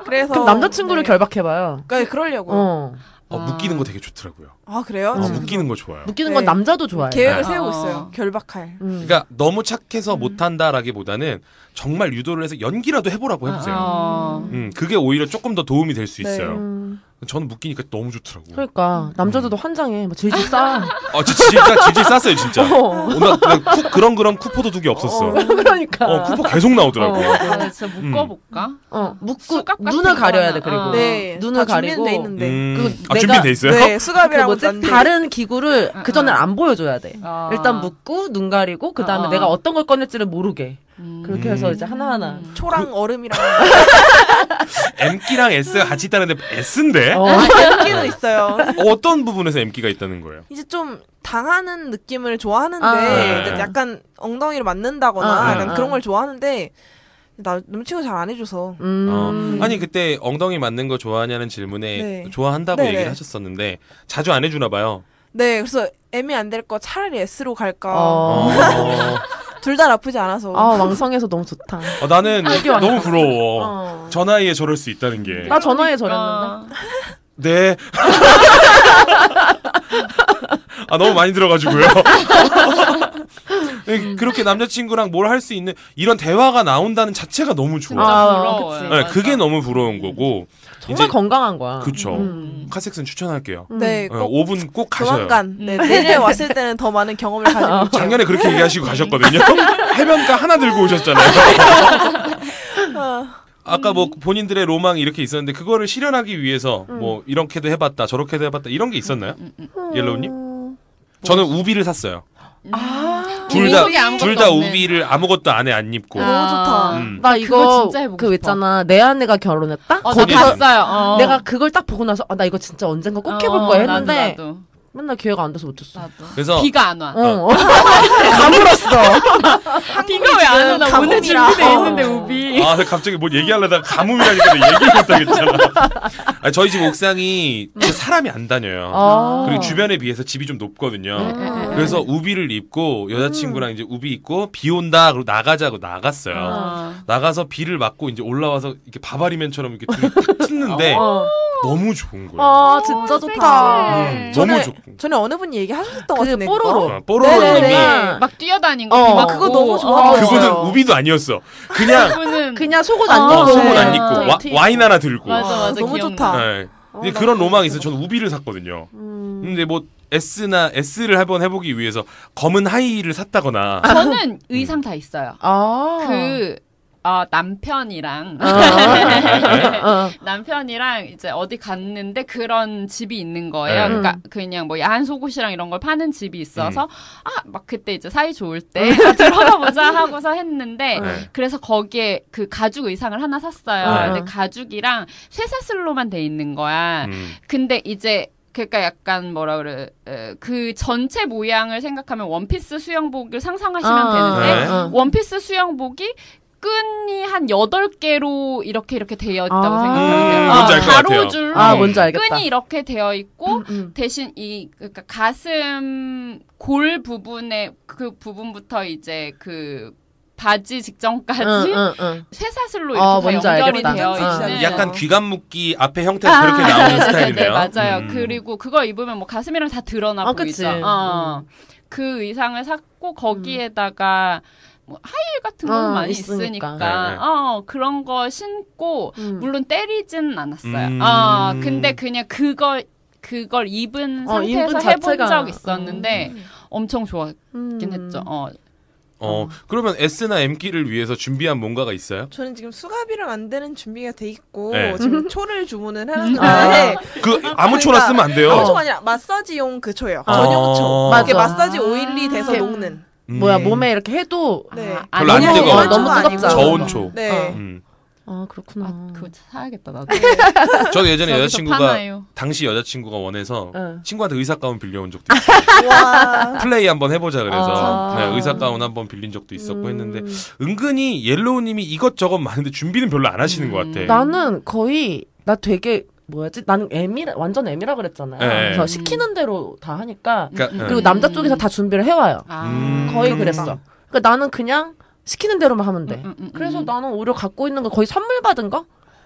S4: 그래서.
S5: 그럼 남자친구를
S4: 네.
S5: 결박해봐요
S4: 그러니까 그러려고.
S5: 어
S2: 어, 묶이는 거 되게 좋더라고요.
S4: 아, 그래요?
S2: 어,
S5: 음.
S4: 지금
S2: 묶이는 거 좋아요.
S5: 묶이는
S4: 네.
S5: 건 남자도 좋아해
S4: 계획을
S2: 네.
S4: 세우고
S1: 어.
S4: 있어요. 결박할.
S5: 음.
S2: 그러니까 너무
S4: 음.
S2: 착해서 못한다라기보다는 정말 유도를 해서 연기라도 뭐 해보라고 해보세요.
S4: 아.
S1: 어.
S2: 음, 그게 오히려 조금 더 도움이 될 수
S4: 네.
S2: 있어요.
S5: 음.
S2: 저는 묶이니까 너무 좋더라고.
S5: 그러니까 남자들도 환장해 뭐 질질 싸
S4: *laughs*
S2: 아, 진짜 진짜 질질 쌌어요, 진짜. 어,
S5: 어. *laughs*
S2: 나, 나 쿠, 그런 그런 쿠포 도둑이 없었어. 어,
S5: 그러니까
S2: 쿠포 계속 나오더라고.
S5: 어.
S1: 아, 진짜 묶어볼까?
S5: 어, 묶고
S1: 수갑 같은
S5: 눈을 가려야
S1: 거나.
S5: 돼 그리고
S1: 어.
S4: 네.
S5: 아, 눈을
S4: 다
S5: 가리고
S4: 준비는 돼 있는데.
S2: 음,
S5: 그
S2: 아,
S5: 내가-
S2: 준비돼 있어요?
S4: 네,
S5: 그
S4: 수갑이랑
S5: 뭐지
S4: 옷단데.
S5: 다른 기구를
S1: 어,
S5: 그 전엔
S1: 어.
S5: 안 보여줘야 돼
S1: 아.
S5: 일단 묶고 눈 가리고 그 다음에
S1: 어.
S5: 내가 어떤 걸 꺼낼지를 모르게
S1: 음.
S5: 그렇게 해서 이제 하나하나
S4: 초랑
S5: 그 *laughs*
S4: 얼음이랑
S2: M끼랑 S가 같이 있다는데 S인데? 어.
S5: 어.
S4: 연기는 있어요.
S2: 떤 부분에서 M끼가 있다는 거예요?
S4: 이제 좀 당하는 느낌을 좋아하는데
S5: 아.
S2: 네.
S4: 이제 약간 엉덩이를 맞는다거나
S5: 아,
S4: 약간
S5: 아,
S4: 그런
S5: 아.
S4: 걸 좋아하는데 나 남친구 잘 안 해줘서
S5: 음.
S2: 어. 아니, 그때 엉덩이 맞는 거 좋아하냐는 질문에
S4: 네.
S2: 좋아한다고
S4: 네,
S2: 얘기를
S4: 네.
S2: 하셨었는데 자주 안 해주나 봐요.
S4: 네 그래서 M이 안 될 거 차라리 S로 갈까
S5: 어.
S2: 어.
S4: 둘 다 나쁘지 않아서
S5: 아 왕성해서 너무 좋다.
S2: 어, 나는 너무 부러워.
S5: 어.
S2: 저 나이에 저럴 수 있다는 게.
S5: 나 전화해 저랬는데.
S1: 그러니까.
S2: 네. *laughs* 아 너무 많이 들어가지고요. 네, 그렇게 남자친구랑 뭘 할 수 있는 이런 대화가 나온다는 자체가 너무
S1: 진짜
S2: 좋아.
S5: 아,
S1: 부러워요.
S5: 그치.
S2: 네,
S1: 맞아.
S2: 그게 너무 부러운 거고.
S5: 정말
S2: 이제-
S5: 건강한 거야.
S2: 그쵸.
S5: 음.
S2: 카섹스는 추천할게요.
S4: 네
S2: 네,
S4: 꼭
S2: 5분 꼭 가셔요.
S4: 조만간 네, 내년에 왔을 때는 더
S5: *laughs*
S4: 많은 경험을
S5: 어.
S4: 가지고
S2: 작년에 그렇게 얘기하시고 가셨거든요. 해변가 하나 들고 오셨잖아요.
S4: 어.
S2: 아까 뭐 본인들의 로망이 이렇게 있었는데 그거를 실현하기 위해서 뭐 이렇게도 해봤다 저렇게도 해봤다 이런 게 있었나요? 옐로우님? 저는 우비를 샀어요.
S5: 아.
S2: 둘
S1: 우비 속에
S2: 다
S1: 아무것도
S2: 둘 다
S1: 없네. 아.
S2: 우비를 아무것도 안에 안 입고.
S4: 너무 좋다.
S2: 음.
S5: 나
S1: 그거
S5: 이거
S1: 진짜 해보고
S5: 그
S1: 싶어.
S5: 있잖아 내 아내가 결혼했다.
S1: 어, 나
S5: 거기서
S1: 봤어요. 어.
S5: 내가 그걸 딱 보고 나서 아, 나 이거 진짜 언젠가 꼭 해볼
S1: 어,
S5: 거야 했는데
S1: 나도 나도,
S5: 맨날 기회가 안 돼서 못 줬어.
S1: 나도.
S2: 그래서
S1: 비가 안 와.
S5: *laughs* 어. 가물었어.
S1: 비가 왜 안 오나 오늘
S4: 가뭄이라.
S1: 준비돼 있는데 우비.
S2: 아 갑자기 뭐 얘기하려다가 가뭄이라니까 얘기 못하겠잖아.
S1: *laughs*
S2: 아니, 저희 집 옥상이
S1: 네.
S2: 진짜 사람이 안 다녀요.
S5: 어.
S2: 그리고 주변에 비해서 집이 좀 높거든요.
S1: 예, 네,
S5: 음.
S2: 그래서 우비를 입고 여자친구랑 이제 우비 입고 비 온다 그리고 나가자고 나갔어요.
S1: 어.
S2: 나가서 비를 맞고 이제 올라와서 이렇게 바바리맨처럼 이렇게 둘이 탁 튀는데
S1: 아.
S5: 어.
S2: 너무 좋은 거예요.
S5: 아 진짜 좋다.
S1: 네.
S2: 음, 너무
S4: 전에
S2: 좋고.
S4: 전에 어느 분이 얘기하셨던 것
S5: 그
S4: 같은데
S5: 뽀로로.
S2: 어, 뽀로로님이
S5: 네네네.
S1: 막 뛰어다닌 거.
S5: 어.
S1: 비
S5: 나
S1: 맞고.
S4: 그거 너무
S1: 어.
S4: 좋았어요.
S2: 그분은 우비도 아니었어. 그냥
S1: 그분은
S5: *laughs* 그냥 속옷
S1: 어,
S5: 안
S2: 어,
S5: 입고 네.
S2: 속옷
S1: 아,
S2: 안 입고 와,
S5: 티-
S2: 와인 하나 들고.
S1: 맞아 맞아
S4: 너무
S1: 기억나.
S4: 좋다.
S2: 네. 근데
S4: 어,
S2: 그런
S4: 나도
S2: 로망이 있어요. 저는 우비를 샀거든요. 근데 뭐 S나 S를 한번 해보기 위해서 검은 하이를
S1: *laughs*
S2: 샀다거나
S1: 저는 의상 다 있어요.
S5: 아.
S1: 그 아, 남편이랑
S2: 네.
S5: 아.
S1: 남편이랑 이제 어디 갔는데 그런 집이 있는 거예요.
S2: 네.
S1: 그러니까 그냥 뭐 야한 속옷이랑 이런 걸 파는 집이 있어서
S2: 음.
S1: 아 막 그때 이제 사이 좋을 때 *laughs* 아, 들어가 보자
S2: 음.
S1: 하고서 했는데
S2: 네.
S1: 그래서 거기에 그 가죽 의상을 하나 샀어요.
S2: 네.
S1: 근데 가죽이랑 쇠사슬로만 돼 있는 거야.
S2: 음.
S1: 근데 이제 그러니까 약간 뭐라 그래 에, 그 전체 모양을 생각하면 원피스 수영복을 상상하시면
S5: 아.
S1: 되는데
S2: 네.
S1: 원피스 수영복이 끈이 한 8개로 이렇게 이렇게 되어 있다고
S5: 아.
S1: 생각하면 돼요.
S5: 음, 뭔지
S2: 알것 같아요.
S1: 가로줄로 네.
S5: 아, 뭔지 알겠다.
S1: 끈이 이렇게 되어 있고
S5: 음, 음.
S1: 대신 이 그러니까 가슴 골 부분에 그 부분부터 이제 그 바지 직전까지
S5: 응, 응, 응.
S1: 쇠사슬로
S5: 아,
S1: 이렇게 다
S5: 뭔지
S1: 연결이
S5: 알겠다.
S1: 되어
S5: 아,
S1: 있는
S2: 약간 귀감 묶기 앞에 형태 가
S1: 아,
S2: 그렇게
S1: 네,
S2: 나오는
S1: 네, *laughs*
S2: 스타일이네요.
S1: 네, 맞아요.
S2: 음.
S1: 그리고 그걸 입으면 뭐 가슴이랑 다 드러나
S5: 아, 그치. 음.
S1: 보이죠. 어. 그 의상을 샀고 거기에다가 뭐 하이힐 같은 건
S5: 어,
S1: 많이 있으니까,
S5: 있으니까.
S2: 네, 네.
S1: 어 그런 거 신고
S5: 음.
S1: 물론 때리진 않았어요.
S2: 음.
S1: 아 근데 그냥 그걸 그걸 입은
S5: 어,
S1: 상태에서
S5: 입은
S1: 해본
S5: 자체가.
S1: 적 있었는데 엄청 좋았긴
S5: 음.
S1: 했죠. 어,
S2: 어 그러면 S나 M 끼를 위해서 준비한 뭔가가 있어요?
S4: 저는 지금 수갑이랑 안 되는 준비가 돼 있고
S2: 네.
S4: 지금 초를 주문을
S5: 아.
S4: 해놨는데
S2: 그 아무 초나 쓰면 안 돼요.
S4: 초가 아니라 마사지용 그 초예요. 어, 전용 초.
S2: 아.
S4: 이게
S5: 맞아.
S4: 마사지 오일이 돼서
S1: 이렇게
S4: 녹는.
S2: 음.
S5: 뭐야 몸에 이렇게 해도
S4: 네.
S1: 아,
S2: 별로 안
S5: 너무-
S2: 뜨거워.
S5: 어, 너무 뜨겁지 않아.
S2: 저온 초.
S4: 네.
S5: 어.
S2: 음.
S5: 아 그렇구나.
S1: 아, 그거 사야겠다 나도.
S2: *laughs* 저도 예전에
S1: 저기서
S2: 여자친구가
S1: 파나요.
S2: 당시 여자친구가 원해서
S5: 응.
S2: 친구한테 의사 가운 빌려온 적도 있어요.
S4: 와.
S2: 플레이 한번 해보자 그래서
S5: 아.
S2: 네, 의사 가운 한번 빌린 적도 있었고
S5: 음.
S2: 했는데 은근히 옐로우님이 이것저것 많은데 준비는 별로 안 하시는 것 같아.
S1: 음.
S5: 나는 거의 나 되게 뭐였지? 나는 M이 완전 M이라 그랬잖아요.
S2: 네.
S5: 그래서
S2: 음.
S5: 시키는 대로 다 하니까
S2: 그러니까,
S1: 음.
S5: 그리고
S2: 네.
S5: 남자 쪽에서 다 준비를 해와요.
S1: 아.
S2: 음.
S5: 거의 그랬어. 그러니까 나는 그냥 시키는 대로만 하면 돼.
S1: 음, 음, 음,
S5: 그래서
S1: 음.
S5: 나는 오히려 갖고 있는 거 거의 선물 받은 거?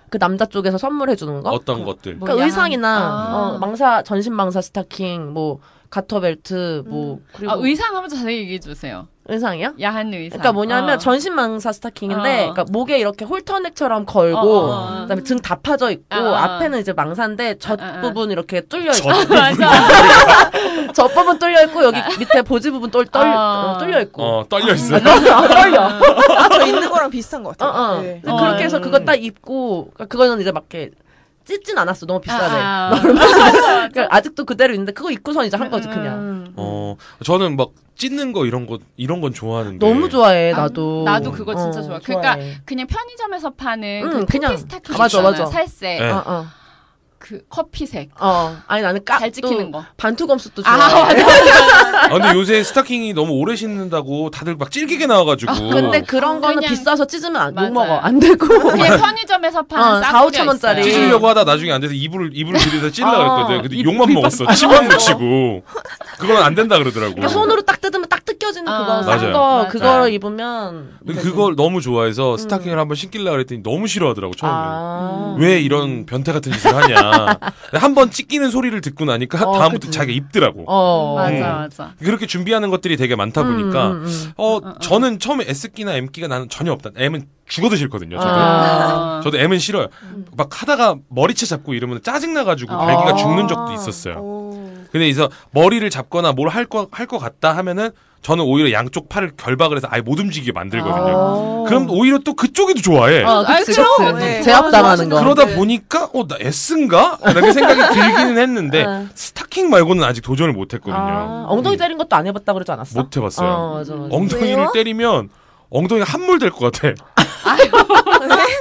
S5: 그 남자 쪽에서 선물해 주는 거?
S2: 어떤 것들.
S1: 뭐-
S5: 그러니까
S1: 모양.
S5: 의상이나
S1: 아.
S5: 어, 망사 전신 망사 스타킹 뭐 가터 벨트 뭐 그리고
S1: 아, 의상 한번 자세히 얘기해 주세요.
S5: 의상이야?
S1: 야한 의상.
S5: 그러니까 뭐냐면
S1: 어.
S5: 전신 망사 스타킹인데
S1: 어.
S5: 그러니까 목에 이렇게 홀터넥처럼 걸고
S1: 어, 어, 어.
S5: 그다음에 등 다 파져 있고
S1: 어, 어.
S5: 앞에는 이제 망사인데 젖
S1: 어, 어.
S5: 부분 이렇게 뚫려 있고 *laughs*
S2: 젖
S1: 맞아.
S5: 젖 부분 뚫려 있고
S1: 아.
S5: 여기 밑에 보지 부분 뚫, 떨,
S1: 어.
S5: 어, 뚫려 있고 아,
S2: 어 떨려 있어.
S1: 아.
S5: 떨려.
S4: 아, 저 있는 거랑 비슷한 것
S5: 어,
S4: 같아요.
S5: 어.
S4: 네.
S5: 근데 그렇게 해서
S1: 어.
S5: 그거 딱 입고 그러니까 그거는 이제 막 이렇게 찢진 않았어. 너무 비싸대.
S1: 아, 아.
S5: 그러니까 아직도 그대로 있는데 그거 입고선 이제 한 거지 그냥.
S4: 음.
S2: 어 저는 막 찢는 거 이런 거 이런 건 좋아하는데.
S5: 너무 좋아해
S1: 아,
S5: 나도.
S1: 나도 그거 진짜
S5: 어,
S1: 좋아. 그러니까
S5: 좋아해.
S1: 그냥 편의점에서 파는
S5: 응,
S1: 그
S5: 그냥.
S1: 패티 스타킹
S5: 맞아,
S1: 있잖아요.
S5: 맞아.
S1: 살색,
S2: 네.
S5: 어, 어.
S1: 그 커피색
S5: 어. 아니 나는 까,
S1: 잘 찍히는
S5: 또
S1: 거.
S5: 반투검수도
S1: 아,
S5: 좋아해.
S1: 맞아.
S2: 아, 근데 요새 스타킹이 너무 오래 신는다고 다들 막 질기게 나와가지고.
S5: 아, 근데 그런 거는
S1: 아, 그냥-
S5: 비싸서 찢으면 안,
S1: 맞아요.
S5: 욕먹어. 안 되고.
S1: 그냥 편의점에서 파는
S5: 어,
S1: 싸구려
S5: 4, 5천 원짜리.
S1: 있어요.
S2: 찢으려고 하다 나중에 안 돼서 이불을 이불을 들이서 찔라
S5: 아,
S2: 그랬거든. 근데
S5: 입-
S2: 욕만
S5: 입-
S2: 먹었어. 침만 묻히고. 그건 안 된다 그러더라고.
S5: 그러니까 손으로 딱 뜯으면 딱 뜯겨지는
S1: 아,
S5: 그거
S2: 맞아요.
S5: 싼 거.
S1: 맞아요.
S5: 그거를 입으면.
S2: 근데 그걸 너무 좋아해서 스타킹을 한번 신길라 그랬더니 너무 싫어하더라고 처음에.
S5: 음. 아.
S2: 왜 이런 변태 같은 짓을 하냐. 한 번 찢기는 소리를 듣고 나니까
S5: 어,
S2: 다음부터
S5: 그치.
S2: 자기가 입더라고.
S5: 어.
S1: 맞아, 맞아.
S2: 그렇게 음, 준비하는 것들이 되게 많다
S5: 음,
S2: 보니까
S5: 음, 음.
S2: 어, 저는 처음에 S끼나 M끼가 나는 전혀 없다. M은 죽어도 싫거든요. 저도.
S5: 아.
S2: 저도 M은 싫어요. 막 하다가 머리채 잡고 이러면 짜증나가지고
S1: 아.
S2: 발기가 죽는 적도 있었어요.
S4: 오.
S2: 근데 그래서 머리를 잡거나 뭘 할 거, 할 것 같다 하면은 저는 오히려 양쪽 팔을 결박을 해서 아예 못 움직이게 만들거든요.
S5: 어.
S2: 그럼 오히려 또 그쪽에도 좋아해.
S5: 어,
S1: 아,
S5: 그치,
S1: 그럼.
S5: 그치.
S4: 네.
S5: 제압당하는 거.
S2: 그러다 보니까 어 나 S인가? 라는 생각이 들기는
S5: *laughs*
S2: 했는데
S5: 어.
S2: 스타킹 말고는 아직 도전을 못 했거든요. 음, 네.
S5: 아, 엉덩이 때린 것도 안 해봤다 그러지 않았어?
S2: 못 해봤어요.
S5: 어, 맞아, 맞아.
S2: 엉덩이를
S4: 왜요?
S2: 때리면 엉덩이가 함몰 될 것
S5: *laughs*
S2: 같아. *laughs*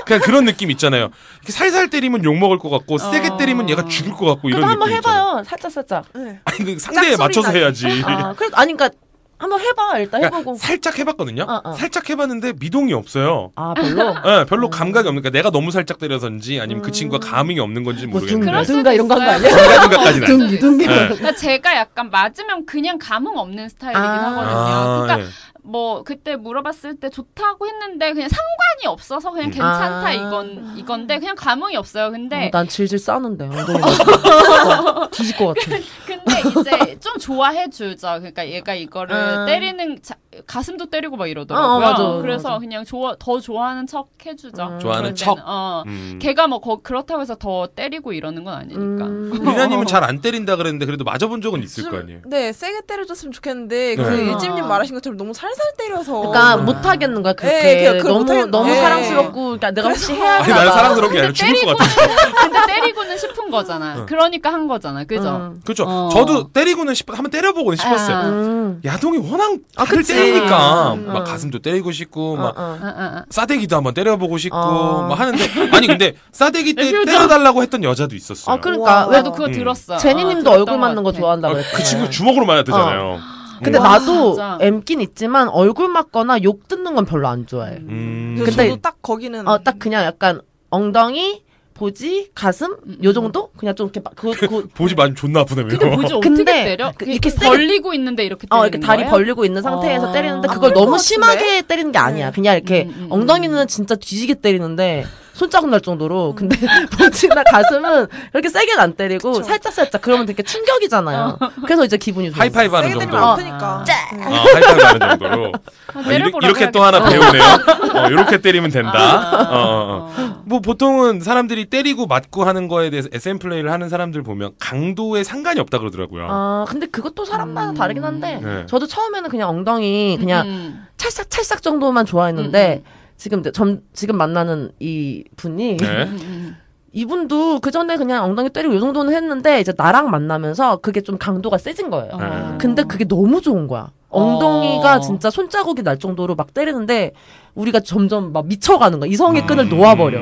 S2: 그냥 그런 느낌 있잖아요. 이렇게 살살 때리면 욕 먹을 것 같고 세게 때리면 얘가 죽을 것 같고 이런
S5: 어. 그래도
S2: 느낌.
S5: 한번
S2: 있잖아요.
S5: 해봐요. 살짝
S2: *laughs*
S5: 살짝.
S4: 네.
S2: 아니 근데 상대에
S4: 짝소리
S2: 맞춰서
S4: 나게.
S2: 해야지.
S5: 아, 그래 아니 그러니까 한번 해봐 일단
S2: 그러니까
S5: 해보고.
S2: 살짝 해봤거든요.
S5: 어, 어.
S2: 살짝 해봤는데 미동이 없어요.
S5: 아 별로.
S2: 예, 별로 감각이 없는 그러니까 내가 너무 살짝 때려서인지 아니면 그 친구가 감흥이 없는 건지
S5: 뭐 등,
S2: 모르겠는데
S1: 그럴 수도
S5: 등가 이런 거 한 거 아니야?
S1: 있어요. 그럴
S2: 생각까지는
S5: 등,
S1: 수도
S5: 등.
S1: 있어요.
S2: 예.
S1: 그러니까 제가 약간 맞으면 그냥 감흥 없는 스타일이긴
S5: 아.
S1: 하거든요. 그러니까
S2: 예.
S1: 뭐 그때 물어봤을 때 좋다고 했는데 그냥 상관이 없어서 그냥
S2: 음.
S1: 괜찮다
S5: 아.
S1: 이건 이건데 그냥 감흥이 없어요. 근데
S5: 어, 난 질질 싸는데
S1: *laughs*
S5: 엉덩이 어, 뒤질 것 같아. *laughs*
S1: 근데 이제 좀 좋아해 주죠. 그러니까 얘가 이거를
S5: 음.
S1: 때리는 자, 가슴도 때리고 막 이러더라고요.
S5: 어, 어, 맞아, 맞아,
S1: 그래서
S5: 맞아.
S1: 그냥 좋아 더 좋아하는 척 해주자.
S5: 음.
S1: 그럴
S2: 좋아하는
S1: 때는.
S2: 척.
S1: 어.
S2: 음.
S1: 걔가 뭐 거, 그렇다고 해서 더 때리고 이러는 건 아니니까.
S5: 음.
S1: 음.
S2: 리나님은 잘 안 때린다 그랬는데 그래도 맞아본 적은 있을
S4: 좀-
S2: 거 아니에요.
S4: 네, 세게 때려줬으면 좋겠는데 그
S2: 네.
S4: 일집님 말하신 것처럼 너무 살살 때려서
S5: 아. 그러니까 못 하겠는 거야 그렇게
S4: 예, 그냥 그걸
S5: 너무
S4: 못 하겠-
S5: 너무
S4: 예.
S5: 사랑스럽고 그러니까 내가 혹시
S4: 그래서-
S5: 해야
S2: 아니
S5: 하나
S2: 나는
S5: 봐.
S2: 사랑스러운 게 아니라 죽을 것 같아.
S1: 근데 때리고는 싶은 거잖아.
S2: 응.
S1: 그러니까 한 거잖아. 그죠?
S5: 음.
S2: 그렇죠.
S1: 어.
S2: 저도 때리고는 싶 한번 때려보고는 싶었어요.
S1: 아.
S5: 음.
S2: 야동이 워낙 아들
S5: 그치.
S2: 때리니까
S5: 음,
S2: 막
S5: 음.
S2: 가슴도 때리고 싶고
S5: 어,
S2: 막
S5: 어.
S1: 아, 아, 아.
S2: 싸대기도 한번 때려보고 싶고
S5: 어.
S2: 막 하는데 아니 근데 싸대기 때
S1: 내 표정.
S2: 때려달라고 했던 여자도 있었어요.
S5: 아 그러니까
S4: 우와.
S5: 왜
S1: 나도 그거
S2: 음.
S1: 들었어. 어,
S5: 제니님도
S1: 들었던
S5: 얼굴 맞는 거
S1: 같아.
S5: 좋아한다고
S2: 아,
S5: 그랬잖아요.
S2: 그 친구 주먹으로 맞아야 되잖아요.
S1: 어.
S5: 근데
S2: 음.
S1: 와,
S5: 나도
S1: 아, 진짜.
S5: 엠긴 있지만 얼굴 맞거나 욕 듣는 건 별로 안 좋아해.
S2: 음.
S4: 그래서
S5: 근데-
S4: 저도 딱 거기는
S5: 어, 딱 그냥 약간 엉덩이, 보지, 가슴
S1: 음,
S5: 요 정도? 그냥 좀 이렇게 막 그, 그,
S2: 보지 마면 존나 아프다며.
S1: 근데 뭐지 어떻게
S5: 근데
S1: 때려?
S5: 그-
S1: 이렇게
S5: 이렇게 세게-
S1: 벌리고 있는데 이렇게 때리는
S5: 어 이렇게 다리
S1: 거예요?
S5: 벌리고 있는 상태에서
S1: 어.
S5: 때리는데
S1: 아,
S5: 그걸
S4: 그럴 것
S5: 너무
S4: 같은데?
S5: 심하게 때리는 게 아니야. 그냥 이렇게
S1: 음, 음, 음. 음.
S5: 엉덩이는 진짜 뒤지게 때리는데 손자국 날 정도로. 근데 *laughs* 보지나 가슴은 이렇게 세게는 안 때리고
S4: 그쵸.
S5: 살짝 살짝 그러면 되게 충격이잖아요.
S1: 어.
S5: 그래서 이제 기분이 좋아.
S2: *laughs* 하이파이브 하는
S4: 세게
S2: 정도.
S4: 때리면
S2: 아,
S4: 아프니까 네.
S2: 하이파이브 하는
S1: 아,
S2: 정도로. 아, 이렇게,
S1: 어. 때려보라고
S2: 이렇게 또 하나 배우네요. 어, 이렇게 때리면 된다.
S1: 아.
S2: 어, 어.
S1: 어.
S2: *laughs* 뭐 보통은 사람들이 때리고 맞고 하는 거에 대해서 SM 플레이를 하는 사람들 보면 강도에 상관이 없다 그러더라고요.
S5: 아 근데 그것도 사람마다
S1: 음.
S5: 다르긴 한데
S2: 네.
S5: 저도 처음에는 그냥 엉덩이 그냥
S1: 음.
S5: 찰싹 찰싹 정도만 좋아했는데 지금 이제 점 지금 만나는 이 분이
S2: 네.
S1: 음, 음.
S5: 이분도 그 전에 그냥 엉덩이 때리고 요 정도는 했는데 이제 나랑 만나면서 그게 좀 강도가 세진 거예요.
S2: 네.
S5: 근데 그게 너무 좋은 거야. 엉덩이가
S1: 어.
S5: 진짜 손자국이 날 정도로 막 때리는데 우리가 점점 막 미쳐가는 거야. 이성의 끈을
S2: 음.
S5: 놓아버려.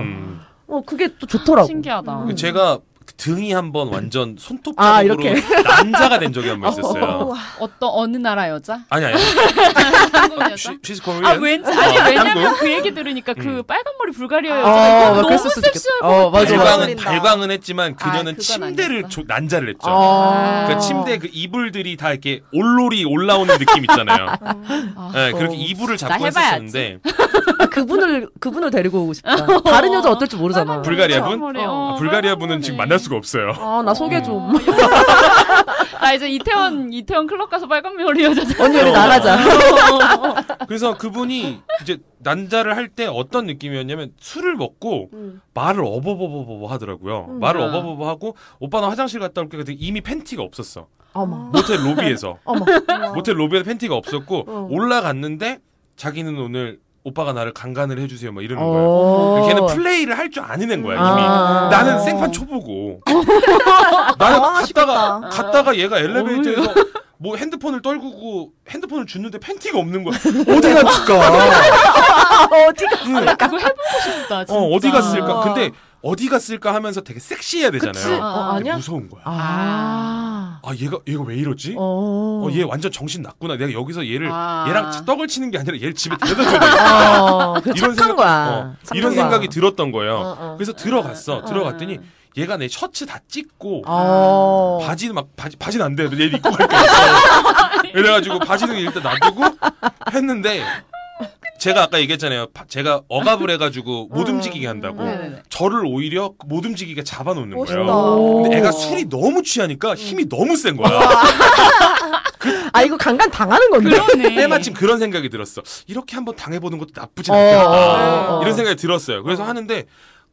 S5: 어 그게 또 좋더라고. 음.
S1: 신기하다.
S2: 그 제가 등이 한번 완전 손톱
S5: 아,
S2: 자국으로 난자가 된 적이 한 번 있었어요.
S1: 어떤 어느 나라 여자?
S2: 아니 아니.
S1: 한국 여자?
S2: She- She's Korean.
S1: 아 왠지 아니
S2: 어,
S1: 왜냐면
S2: 한국?
S1: 그 얘기 들으니까 그
S2: 음.
S1: 빨간 머리 불가리아
S4: 아,
S1: 여자
S5: 어,
S1: 너무
S5: 그랬을 수도 있겠다.
S1: 섹시할
S5: 어, 맞아, 맞아.
S2: 발광은
S4: 맞아.
S2: 발광은 했지만
S1: 아,
S2: 그녀는
S1: 그건
S2: 침대를
S1: 아니었어.
S2: 조- 난자를 했죠.
S5: 아.
S2: 그러니까 침대 그 이불들이 다 이렇게 올롤이 올라오는 느낌 있잖아요. 네, 그렇게 이불을 잡고
S1: 나 해봐야지.
S2: 했었는데
S5: 아, 그분을 그분을 데리고 오고
S1: *laughs*
S5: 싶다. 다른 여자 어떨지 모르잖아.
S2: 불가리아
S1: 빨간
S2: 분?
S1: 머리,
S5: 어.
S1: 어,
S2: 아, 불가리아
S1: 빨간
S2: 분은
S1: 머리. 음.
S2: 지금 만날 수가 없어요.
S5: 아나 소개 좀.
S1: 어. *laughs* 나 이제 이태원 이태원 클럽 가서 빨간 머리 여자
S5: *laughs* 언니 우리 나가자.
S2: 어. 그래서 그분이 이제 난자를 할 때 어떤 느낌이었냐면 술을 먹고
S4: 음.
S2: 말을 어버버버버 하더라고요.
S5: 음.
S2: 말을
S1: 아.
S2: 어버버버 하고 오빠 나 화장실 갔다 올게 그랬더니 이미 팬티가 없었어.
S5: 어머.
S4: 음.
S2: 모텔 로비에서.
S5: *laughs* 어머.
S2: 모텔 로비에서 팬티가 없었고
S5: 어.
S2: 올라갔는데 자기는 오늘 오빠가 나를 강간을 해주세요 막 이러는 거예요.
S5: 어.
S2: 걔는 플레이를 할 줄 아는 애인 거야 이미.
S5: 아.
S2: 나는 생판 초보고. 나는 갔다가
S4: 당황하시겠다.
S2: 갔다가
S5: 아.
S2: 얘가 엘리베이터에서 뭐 핸드폰을 떨구고 핸드폰을 줬는데 팬티가 없는 거야. 어디 갔을까?
S5: 어디
S1: 그거 해보고 싶다 진짜.
S2: 어 어디 갔을까?
S4: 와.
S2: 근데 어디 갔을까 하면서 되게 섹시해야
S5: 그치?
S2: 되잖아요.
S5: 어,
S1: 아,
S2: 근데
S5: 아니야?
S2: 무서운 거야.
S5: 아.
S2: 아 얘가 얘가 왜 이러지? 어.
S5: 어.
S2: 얘 완전 정신 났구나. 내가 여기서 얘를
S1: 아.
S2: 얘랑 치- 떡을 치는 게 아니라 얘를 집에 데려다 줘야 돼.
S5: 어. 그
S2: 이런
S5: 착한
S2: 생각-
S5: 거야.
S2: 어, 이런 생각이 들었던 거예요.
S5: 어, 어.
S2: 그래서 들어갔어. 들어갔더니
S1: 아.
S2: 얘가 내 셔츠 다 찢고
S5: 어.
S2: 바지는 막 바지 바지는 안 돼요. 얘 입고 갈 거야. 이래가지고 바지는 일단 놔두고 했는데 제가 아까 얘기했잖아요. 바- 제가 억압을 해가지고 못 움직이게 한다고
S1: 아. 네네네.
S2: 저를 오히려 못 움직이게 잡아놓는 거예요.
S4: 멋있다.
S2: 근데 애가 술이 너무 취하니까 힘이 너무 센 거야.
S5: 아 이거 강간 당하는 건데.
S1: 그러네.
S2: 때마침 그런 생각이 들었어. 이렇게 한번 당해보는 것도 나쁘지
S5: 어,
S2: 않겠다.
S5: 어, 어, 어.
S2: 이런 생각이 들었어요. 그래서 하는데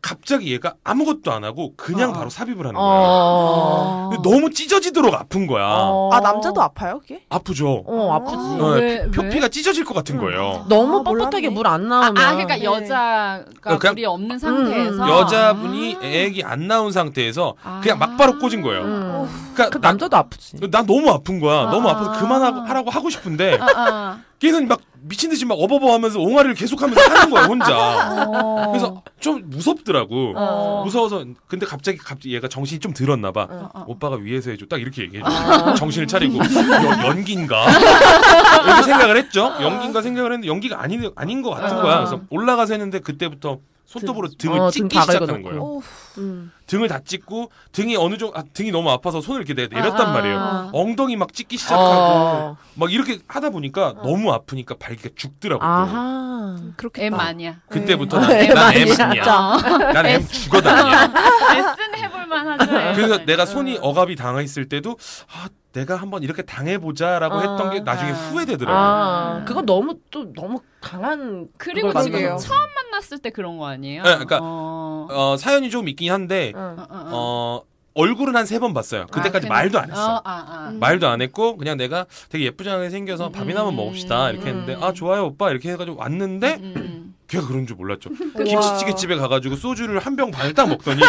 S2: 갑자기 얘가 아무것도 안 하고 그냥
S1: 어.
S2: 바로 삽입을 하는 거야.
S5: 어.
S1: 아.
S2: 근데 너무 찢어지도록 아픈 거야.
S4: 아 남자도 아파요 그게?
S2: 아프죠.
S5: 어 아프지.
S1: 아,
S2: 네,
S1: 왜, 왜?
S2: 표피가 찢어질 것 같은 거예요.
S5: 너무
S4: 아,
S5: 뻣뻣하게
S4: 몰랐네.
S5: 물 안
S1: 아, 아
S5: 나오면.
S1: 그러니까
S4: 네.
S1: 여자가
S2: 어, 그냥- 음,
S1: 물이 없는 상태에서
S2: 여자분이 애기 안 나온 상태에서 그냥 막바로 꽂은 거예요.
S5: 음.
S2: 그러니까
S5: 그
S2: 나-
S5: 남자도 아프지.
S2: 난 너무 아픈 거야.
S1: 아.
S2: 너무 아파서 그만하라고 하고 싶은데
S1: 아, 아.
S2: 걔는 막 미친 듯이 막 어버버하면서 옹알이를 계속하면서 하는
S1: *laughs*
S2: 거야 혼자. *laughs*
S1: 어.
S2: 그래서 좀 무섭더라고.
S5: 어.
S2: 무서워서 근데 갑자기 갑자기 얘가 정신이 좀 들었나 봐.
S1: 어, 어.
S2: 오빠가 위에서 해줘. 딱 이렇게 얘기해줘. 정신을 차리고 연, 연기인가 이렇게 생각을 했죠. 연기인가 생각을 했는데 연기가 아닌 아닌 것 같은 거야. 그래서 올라가서 했는데 그때부터 손톱으로 등을
S5: 어, 등
S2: 찍기
S5: 다
S2: 시작하는
S5: 긁어놓고.
S2: 거예요.
S4: 오,
S5: 음.
S2: 등을 다 찍고 등이 어느 정도 아, 등이 너무 아파서 손을 이렇게 내가 내렸단 말이에요. 어,
S1: 아.
S2: 엉덩이 막 찍기 시작하고
S5: 어.
S2: 막 이렇게 하다 보니까 너무 아프니까 발기가 죽더라고요.
S5: 아하.
S4: 그렇게
S1: M 아니야.
S2: 그때부터
S5: 음.
S2: 난,
S5: 애
S2: 난
S5: 많이
S2: M이야. 어.
S1: 아.
S2: 난
S5: *laughs*
S2: M
S5: 아,
S2: 죽어다니야.
S1: S는 해볼만 하죠.
S5: 네.
S2: 그래서 내가 손이 억압이 당했을 때도 아 내가 한번 이렇게 당해보자라고
S5: 아.
S2: 했던 게 나중에
S1: 아.
S2: 후회되더라고요.
S5: 아, 그건 너무 또 너무 강한
S1: 그리고
S5: 그걸
S1: 지금
S4: 만들어요.
S1: 처음 만났을 때 그런 거 아니에요?
S2: 네, 그러니까
S1: 어.
S2: 어, 사연이 좀 있긴 한데
S5: 응.
S1: 어, 어, 어.
S2: 어, 얼굴은 한 세 번 봤어요. 그때까지
S1: 아,
S2: 말도 안 했어. 음,
S1: 어, 아,
S5: 음.
S1: 아.
S2: 말도 안 했고 그냥 내가 되게 예쁘지 않게 생겨서 밥이나 한번 먹읍시다 이렇게 했는데
S5: 음.
S2: 아 좋아요 오빠 이렇게 해가지고 왔는데
S1: 음, 음.
S2: 걔가 그런 줄 몰랐죠.
S4: 우와.
S2: 그러니까 김치찌개 집에 가가지고 소주를 한 병 반을 딱 먹더니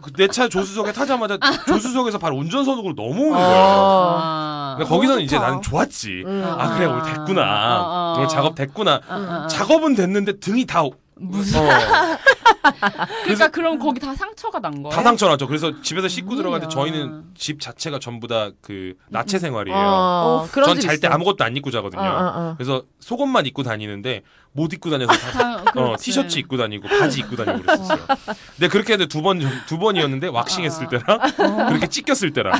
S2: 그 내 차 조수석에 타자마자 조수석에서 바로 운전석으로 넘어오는 거예요.
S1: 아.
S2: 근데 거기서는
S4: 너무
S2: 이제
S4: 좋다.
S2: 나는 좋았지.
S5: 음.
S2: 아 그래 오늘
S1: 아,
S2: 됐구나.
S1: 아.
S2: 오늘 작업 됐구나.
S1: 아, 아, 아.
S2: 작업은 됐는데 등이 다 어,
S1: 무슨 그러니까 그럼 거기 다 상처가 난 거예요?
S2: 다 상처났죠. 그래서 집에서 씻고
S1: 웬일이야.
S2: 들어가는데 저희는 집 자체가 전부 다 그 나체 생활이에요.
S5: 어, 그런
S2: 전 잘
S5: 집
S2: 때
S5: 있어.
S2: 아무것도 안 입고 자거든요.
S5: 어, 어, 어.
S2: 그래서 속옷만 입고 다니는데 못 입고 다녀서 다,
S1: 아,
S2: 어,
S1: 그렇지.
S2: 티셔츠 입고 다니고 바지 입고 다니고 그랬었어요. 근데 그렇게 했는데 두 번 두 번이었는데 왁싱했을 때랑 그렇게 찢겼을 때랑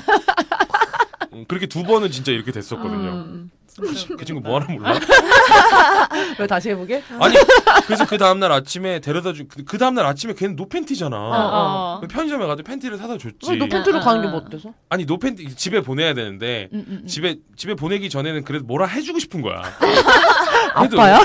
S2: 음, 그렇게 두 번은 진짜 이렇게 됐었거든요.
S5: 음.
S2: 그 친구 뭐 하나 몰라?
S5: 왜 다시 해보게?
S2: 아니 그래서 그 다음 날 아침에 데려다 준그 다음 날 아침에 걔는 노팬티잖아.
S1: 어, 어.
S2: 편의점에 가도 팬티를 사다 줬지.
S5: 왜 노팬트로
S1: 아,
S5: 가는 게
S1: 아.
S5: 뭐 어때서?
S2: 아니 노팬티 집에 보내야 되는데
S1: 음, 음, 음.
S2: 집에 집에 보내기 전에는 그래도 뭐라 해주고 싶은 거야. 그래도-
S5: 아빠야?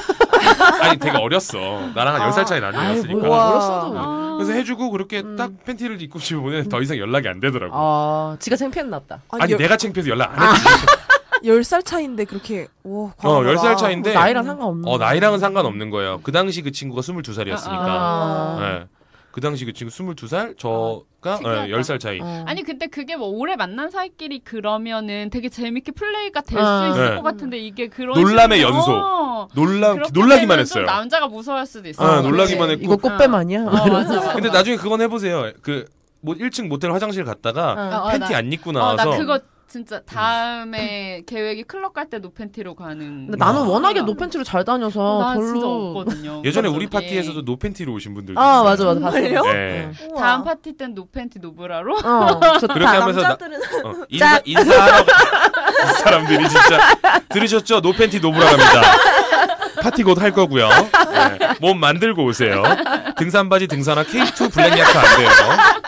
S2: 아니 되게 어렸어. 나랑 한 10살 차이 나는
S5: 아유,
S2: 애였으니까.
S5: 뭐, 어렸어도.
S1: 아.
S2: 그래서 해주고 그렇게 딱 팬티를 입고 집에 보내는데 더 이상 연락이 안 되더라고.
S5: 아, 지가 창피했나 보다.
S2: 아니
S4: 아니,
S2: 내가 창피해서 연락 안 했지.
S4: 열 살 차인데 그렇게 음. 와
S2: 어, 10살 차인데
S5: 나이랑 상관없는.
S2: 어 나이랑은 상관없는 거예요. 그 당시 그 친구가 22살이었으니까.
S5: 아.
S2: 예. 그 당시 그 친구 22살, 저가
S1: 아, 특이하다.
S2: 예, 10살 차이.
S5: 어.
S1: 아니 근데 그게 뭐 오래 만난 사이끼리 그러면은 되게 재밌게 플레이가 될 수
S5: 아.
S1: 있을
S2: 네.
S1: 것 같은데 이게 그런
S2: 논란의
S1: 식으로-
S2: 연소.
S1: 어.
S2: 놀라
S1: 그렇게
S2: 놀라기만
S1: 되면 좀
S2: 했어요.
S1: 남자가 무서워할 수도 있어.
S2: 아, 놀라기만
S1: 그치?
S2: 했고.
S5: *laughs* 이거 꽃뱀
S1: 어.
S5: 아니야?
S1: 어, 맞아. 맞아.
S2: 근데 나중에 그건 해 보세요. 그 뭐 1층 모텔 화장실 갔다가
S1: 어, 어,
S2: 팬티
S1: 나-
S2: 안 입고
S1: 어,
S2: 나와서
S1: 나 그거 진짜 다음에 계획이 클럽 갈 때 노팬티로 가는.
S5: 근데 나는
S2: 아.
S5: 워낙에
S1: 어.
S5: 노팬트로 잘 다녀서
S1: 난 진짜
S5: 별로.
S1: 없거든요.
S2: 예전에 우리
S1: 그런 적이.
S2: 파티에서도 노팬티로 오신
S1: 그
S2: 분들도
S5: 아
S2: 있어요.
S5: 맞아 맞아 봤어.
S4: 정말요?
S2: 예.
S4: 아,
S1: 다음 파티 땐 노팬티 노브라로.
S5: 어
S2: *laughs*
S5: 좋다.
S2: 그렇게 하면서 나-
S4: 남자들은 *laughs*
S2: 어, 인사 인사하러 가- *laughs* 이 사람들이 진짜 들으셨죠? 노팬티 노브라갑니다. 파티 곧 할 거고요. 네, 몸 만들고 오세요. 등산 바지 등산화 K2 블랙 야카 안 돼요. 음.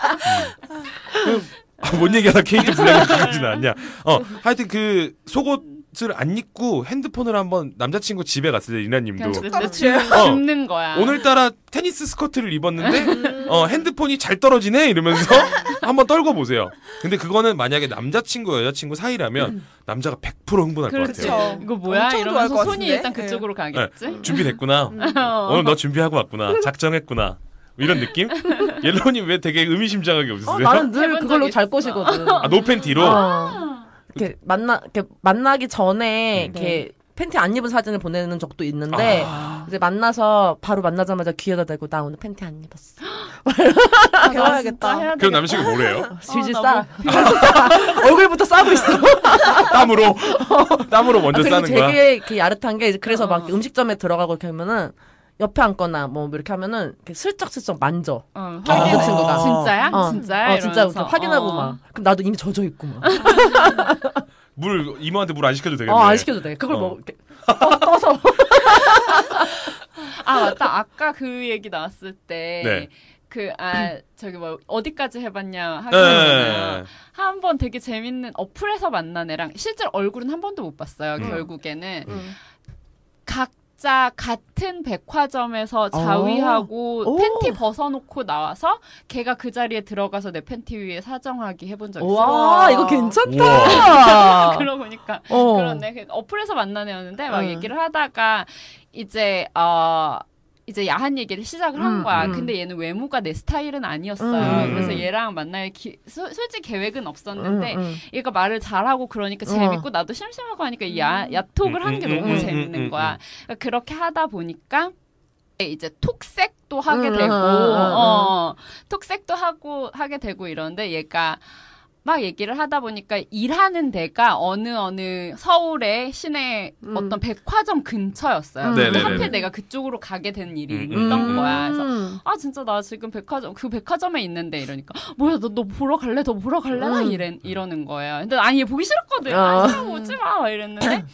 S2: 그, 아, 뭔 얘기하다 K2 블랙 야카까지 나왔냐? 어, 하여튼 그 속옷을 안 입고 핸드폰을 한번 남자친구 집에 갔을 때
S1: 그냥
S2: 이나님도
S1: 진짜
S2: 어.
S1: 죽는 거야.
S2: 오늘따라 테니스 스커트를 입었는데 어, 핸드폰이 잘 떨어지네 이러면서 *laughs* 한번 떨고 보세요. 근데 그거는 만약에 남자친구 여자친구 사이라면 남자가 100% 흥분할
S5: 그렇죠.
S2: 것
S1: 그렇지.
S2: 같아요.
S1: 그렇죠. 이거 뭐야?
S4: 엄청 좋아할 것
S1: 이러면서 손이
S4: 같은데?
S1: 일단 그쪽으로 가겠지. *laughs*
S2: 준비됐구나.
S5: 음.
S1: 어.
S2: 음. 오늘 너 준비하고 왔구나. 작정했구나. 이런 느낌? 옐로우님 왜 되게 의미심장하게
S5: 어,
S2: 웃으세요?
S5: 나는 늘
S1: 해본
S5: 그걸로
S1: 적이
S5: 잘
S1: 있어.
S5: 꼬시거든.
S2: 아, 노팬티로?
S5: 어. 이렇게 만나 이렇게 만나기
S2: 네.
S5: 전에
S1: 음.
S5: 이렇게 팬티 안 입은 사진을 보내는 적도 있는데
S2: 아.
S5: 이제 만나서 바로 만나자마자 귀에다 대고 나 오늘 팬티 안 입었어.
S1: 아, 나
S4: 배워야겠다.
S1: 진짜 해야
S2: 그럼
S1: 되겠다.
S2: 남친이 뭐래요?
S5: 질질
S1: 아,
S5: 싸.
S1: 나
S5: *laughs* 얼굴부터 싸고 있어.
S2: 땀으로?
S5: *laughs*
S2: 땀으로 먼저
S5: 아, 그리고
S2: 싸는 거야?
S5: 되게 이렇게 야릇한 게 이제 그래서
S1: 어.
S5: 막 음식점에 들어가고 이렇게 하면은 옆에 앉거나 뭐 이렇게 하면은 이렇게 슬쩍슬쩍 만져.
S1: 어,
S5: 아,
S1: 확인
S5: 그 친구가.
S1: 진짜야?
S5: 어.
S1: 진짜야?
S5: 어, 진짜 이렇게
S1: 이러면서.
S5: 확인하고
S1: 어.
S5: 막. 그럼 나도 이미 젖어 있고 막.
S2: 물, 이모한테 물 안 시켜도 되겠네.
S5: 어, 안 시켜도 돼. 그걸
S2: 어.
S5: 뭐 이렇게
S1: *laughs*
S5: 떠- 떠서.
S1: 아 맞다 아까 그 얘기 나왔을
S2: 네.
S1: 때 그 아 저기 뭐 어디까지 해봤냐
S2: 예,
S1: 하잖아요.
S2: 예,
S1: 한 번 되게 재밌는 어플에서 만난 애랑 실제로 얼굴은 한 번도 못 봤어요.
S2: 음.
S1: 결국에는
S4: 음.
S1: 각자 같은 백화점에서 자위하고
S5: 어. 오.
S1: 팬티 벗어놓고 나와서 걔가 그 자리에 들어가서 내 팬티 위에 사정하기 해본 적 있어.
S5: 와, 이거
S2: 예.
S1: *laughs*
S2: 우와.
S5: *laughs* 괜찮다.
S1: 그러고 보니까
S5: 어.
S1: 그런데 그 어플에서 만난 애였는데 막
S5: 응.
S1: 얘기를 하다가 이제 어 이제 야한 얘기를 시작을 한
S5: 음,
S1: 거야.
S5: 음.
S1: 근데 얘는 외모가 내 스타일은 아니었어요.
S5: 음.
S1: 그래서 얘랑 만날 기, 소- 솔직히 계획은
S5: 응,
S1: 없었는데
S5: 응.
S1: 얘가 말을 잘하고 그러니까
S5: 어.
S1: 재밌고 나도 심심하고 하니까 이 야, 야톡을
S2: 음,
S1: 하는 게
S2: 음,
S1: 너무
S2: 음, 음, 음,
S1: 재밌는 거야. 그러니까 그렇게 하다 보니까 이제 톡색도 하게
S5: 음,
S1: 되고
S5: 음, 음, 음.
S1: 어, 톡색도 하고 하게 되고 이러는데 얘가 막 얘기를 하다 보니까 일하는 데가 어느 어느 서울의 시내
S3: 음.
S1: 어떤 백화점 근처였어요.
S5: 음.
S1: 근데
S2: 네네네네.
S1: 하필 내가 그쪽으로 가게 된 일이
S2: 음,
S1: 있던
S2: 음,
S1: 거야. 그래서 아 진짜 나 지금 백화점 그 백화점에 있는데 이러니까 뭐야 너 너 보러 갈래 너 보러 갈래 나
S5: 음.
S1: 이래 이러는 거야 근데 아니 얘 보기 싫었거든
S5: 아.
S1: 아 싫어 오지 마막 이랬는데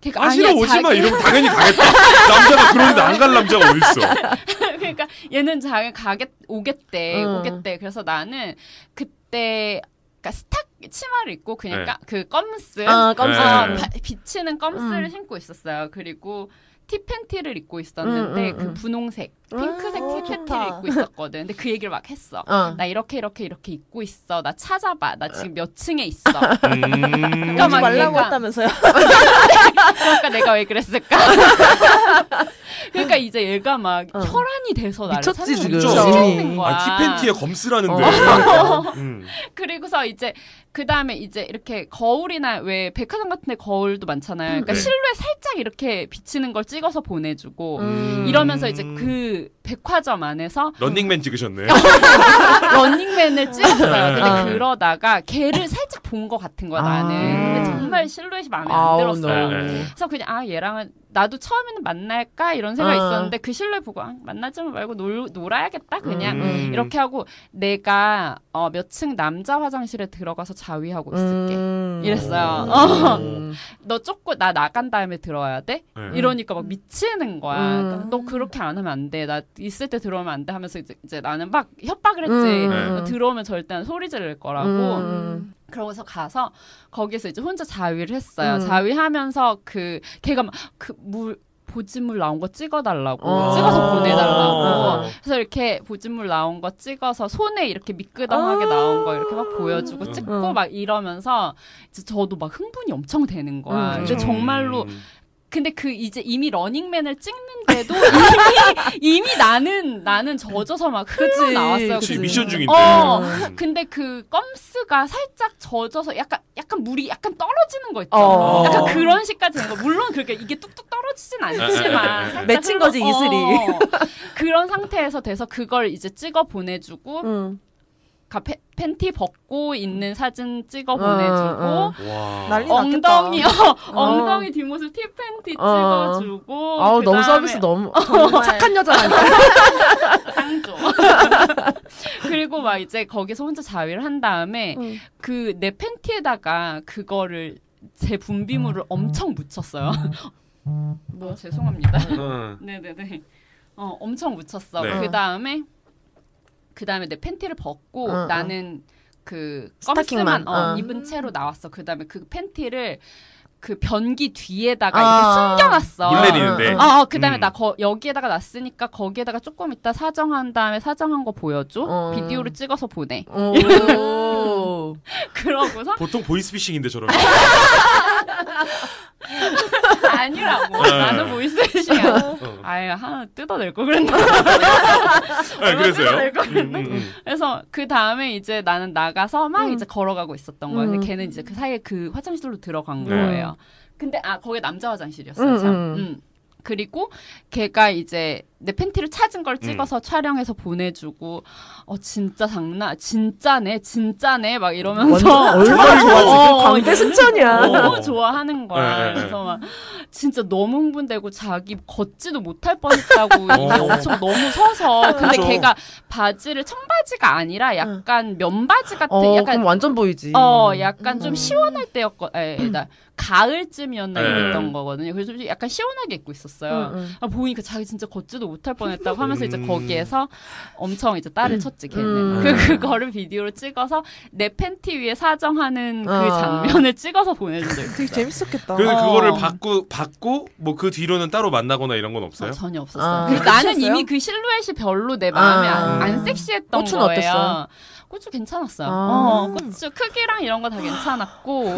S1: 걔가
S2: 아 싫어
S1: 아니야,
S2: 오지 마
S1: 자기-
S2: 이러면 당연히 가겠다. 남자가 그러는데 안 갈 남자가 어딨어.
S1: 그러니까 *laughs* 얘는 자기 가게 오겠대
S5: 음.
S1: 오겠대 그래서 나는 그때 그러니까 스탁 치마를 입고 그냥
S2: 네.
S1: 까- 그 껌스
S5: 아, 깜짝
S1: 아,
S2: 네.
S1: 바- 비치는 껌스를
S5: 음.
S1: 신고 있었어요. 그리고 티팬티를 입고 있었는데
S5: 음, 음,
S1: 그
S5: 음.
S1: 분홍색, 핑크색
S4: 오,
S1: 티팬티를
S4: 좋다.
S1: 입고 있었거든. 근데 그 얘기를 막 했어.
S5: 어.
S1: 나 이렇게 이렇게 이렇게 입고 있어. 나 찾아봐. 나 지금 몇 층에 있어.
S2: 음.
S1: 그러니까 막
S4: 말라고
S1: 얘가-
S4: 했다면서요?
S1: 그러니까 내가 왜 그랬을까? *laughs* 그러니까 이제 얘가 막
S5: 어.
S1: 혈안이 돼서 나를
S5: 미쳤지,
S1: 찾는
S5: 지금.
S1: 거야. 미쳤는 거야.
S2: 아, 티팬티에 검쓰라는데.
S1: 어.
S2: 음.
S1: 그리고서 이제 그 다음에 이제 이렇게 거울이나 왜 백화점 같은데 거울도 많잖아요. 그러니까
S2: 네.
S1: 실루엣 살짝 이렇게 비치는 걸 찍어서 보내주고
S5: 음.
S1: 이러면서 이제 그 어, 백화점 안에서
S2: 런닝맨 찍으셨네.
S1: 런닝맨을 찍었어요. 근데
S5: 아.
S1: 그러다가 걔를 살짝 본 것 같은 거야
S5: 아.
S1: 나는. 근데 정말 실루엣이 마음에 안
S5: 아우,
S1: 들었어요.
S5: 너무.
S2: 네.
S1: 그래서 그냥 아 얘랑은 나도 처음에는 만날까 이런 생각이
S5: 아.
S1: 있었는데 그 실루엣 보고 아, 만나지 말고 놀, 놀아야겠다 그냥
S2: 음.
S1: 이렇게 하고 내가 어, 몇 층 남자 화장실에 들어가서 자위하고 있을게.
S5: 음.
S1: 이랬어요.
S2: 어.
S1: 너 쫓고 나 나간 다음에 들어와야 돼?
S2: 네.
S1: 이러니까 막 미치는 거야.
S5: 음.
S1: 그러니까 너 그렇게 안 하면 안 돼. 나 있을 때 들어오면 안 돼 하면서 이제, 이제 나는 막 협박을 했지.
S5: 음.
S2: 네.
S1: 너 들어오면 절대 안 소리 지를 거라고.
S5: 음.
S1: 그러고서 가서 거기서 이제 혼자 자위를 했어요.
S5: 음.
S1: 자위하면서 그 걔가 막 그 물 보진물 나온 거 찍어달라고
S5: 어.
S2: 아.
S1: 찍어서 보내달라고
S5: 아.
S2: 어.
S1: 그래서 이렇게 보진물 나온 거 찍어서 손에 이렇게 미끄덩하게 나온 거 이렇게 막 보여주고 찍고
S5: 아. 어.
S1: 막 이러면서 이제 저도 막 흥분이 엄청 되는 거야.
S5: 음.
S1: 근데
S5: 그렇죠.
S1: 정말로
S2: 음.
S1: 근데 그 이제 이미 러닝맨을 찍는데도 이미 *laughs* 이미 나는 나는 젖어서 막 흘러 나왔어요.
S2: 그치,
S5: 그치.
S2: 미션 중인데.
S1: 어.
S2: 음.
S1: 근데 그 껌스가 살짝 젖어서 약간 약간 물이 약간 떨어지는 거 있죠.
S5: 어.
S1: 약간 그런 식까지 된 거. 물론 그렇게 이게 뚝뚝 떨어지진 않지만 살짝
S5: 맺힌 거지,
S1: 흘러-
S5: 이슬이.
S1: 어. 그런 상태에서 돼서 그걸 이제 찍어 보내주고
S5: 음.
S1: 가- 팬- 팬티 벗고 있는 사진 찍어 보내주고
S5: 어, 어.
S2: 와.
S4: 난리
S1: 엉덩이
S4: 났겠다.
S1: 어, 엉덩이 뒷모습 티팬티
S5: 어.
S1: 찍어주고
S5: 아우 너무
S1: 그다음에 어,
S5: 서비스 너무 *laughs*
S1: *laughs*
S5: 착한 여자라니까. *laughs*
S1: 상조 그리고 막 이제 거기서 혼자 자위를 한 다음에
S5: 음.
S1: 그 내 팬티에다가 그거를 제 분비물을 엄청 묻혔어요. 뭐 죄송합니다.
S2: 음.
S1: *laughs* 네네네. 어 엄청 묻혔어.
S2: 네.
S1: 그 다음에 그 다음에 내 팬티를 벗고
S5: 어, 어.
S1: 나는 그
S5: 스타킹만,
S1: 껌스만 어,
S5: 어.
S1: 입은 채로 나왔어. 그 다음에 그 팬티를 그 변기 뒤에다가
S5: 아.
S1: 이렇게 숨겨놨어.
S2: 물 내리는데.
S5: 어,
S1: 아, 어, 그다음에
S2: 음.
S1: 나 거, 여기에다가 놨으니까 거기에다가 조금 이따 사정한 다음에 사정한 거 보여줘.
S5: 어.
S1: 비디오를 찍어서 보내. *laughs*
S5: 오.
S1: 그러고서
S2: 보통 보이스피싱인데 저런.
S1: 아니라고.
S2: 네.
S1: 나는 보이스피싱이야.
S2: 어.
S1: 아예 하나 뜯어낼 거 그랬나?
S2: 아, 그래서요.
S1: 거
S2: 음, 음, 음.
S1: 그래서 그 다음에 이제 나는 나가서 막
S5: 음.
S1: 이제 걸어가고 있었던 거야.
S5: 음.
S1: 근데 걔는 이제 그 사이에 그 화장실로 들어간
S2: 네.
S1: 거예요. 근데 아 거기 남자 화장실이었어요.
S5: 음,
S1: 참.
S5: 음.
S1: 음. 그리고 걔가 이제 내 팬티를 찾은
S5: 음.
S1: 걸 찍어서 촬영해서 보내주고 어 진짜 장난 진짜네 진짜네 막 이러면서
S5: 완전 얼마나 좋아하지? 광대 순천이야.
S1: 너무 어, 좋아하는 거야.
S2: 어. 네, 네,
S1: 그래서 막 진짜 너무 흥분되고 자기 걷지도 못할 뻔했다고 이게
S2: 어.
S1: 엄청 너무 서서 근데
S2: 그렇죠.
S1: 걔가 바지를 청바지가 아니라 약간 면바지 같은
S5: 어, 그럼 음.
S1: 약간
S5: 완전 보이지.
S1: 어 약간 좀 시원할 때였거 에,
S5: 음.
S1: 에, 나 가을쯤이었나
S2: 네.
S1: 이랬던 거거든요. 그래서 좀 약간 시원하게 입고 있었어요.
S5: 음, 음.
S1: 아, 보니까 자기 진짜 걷지도 못할 뻔했다고 하면서 이제
S2: 음.
S1: 거기에서 엄청 이제 딸을 쳤지 걔는
S5: 음.
S1: 그 그거를 비디오로 찍어서 내 팬티 위에 사정하는 그
S5: 어.
S1: 장면을 찍어서 보내준 적
S4: 되게
S1: 있어요.
S4: 재밌었겠다.
S2: 네. 그래서
S1: 어.
S2: 그거를 받고 받고 뭐 그 뒤로는 따로 만나거나 이런 건 없어요?
S1: 어, 전혀 없었어요.
S5: 아.
S1: 그리고 나는
S4: 끝이었어요?
S1: 이미 그 실루엣이 별로 내 마음에
S5: 아.
S1: 안, 안 섹시했던
S5: 꽃은
S1: 거예요.
S5: 어땠어요?
S1: 꽃은 괜찮았어요.
S5: 아.
S1: 어, 꽃은 크기랑 이런 거 다
S5: *laughs*
S1: 괜찮았고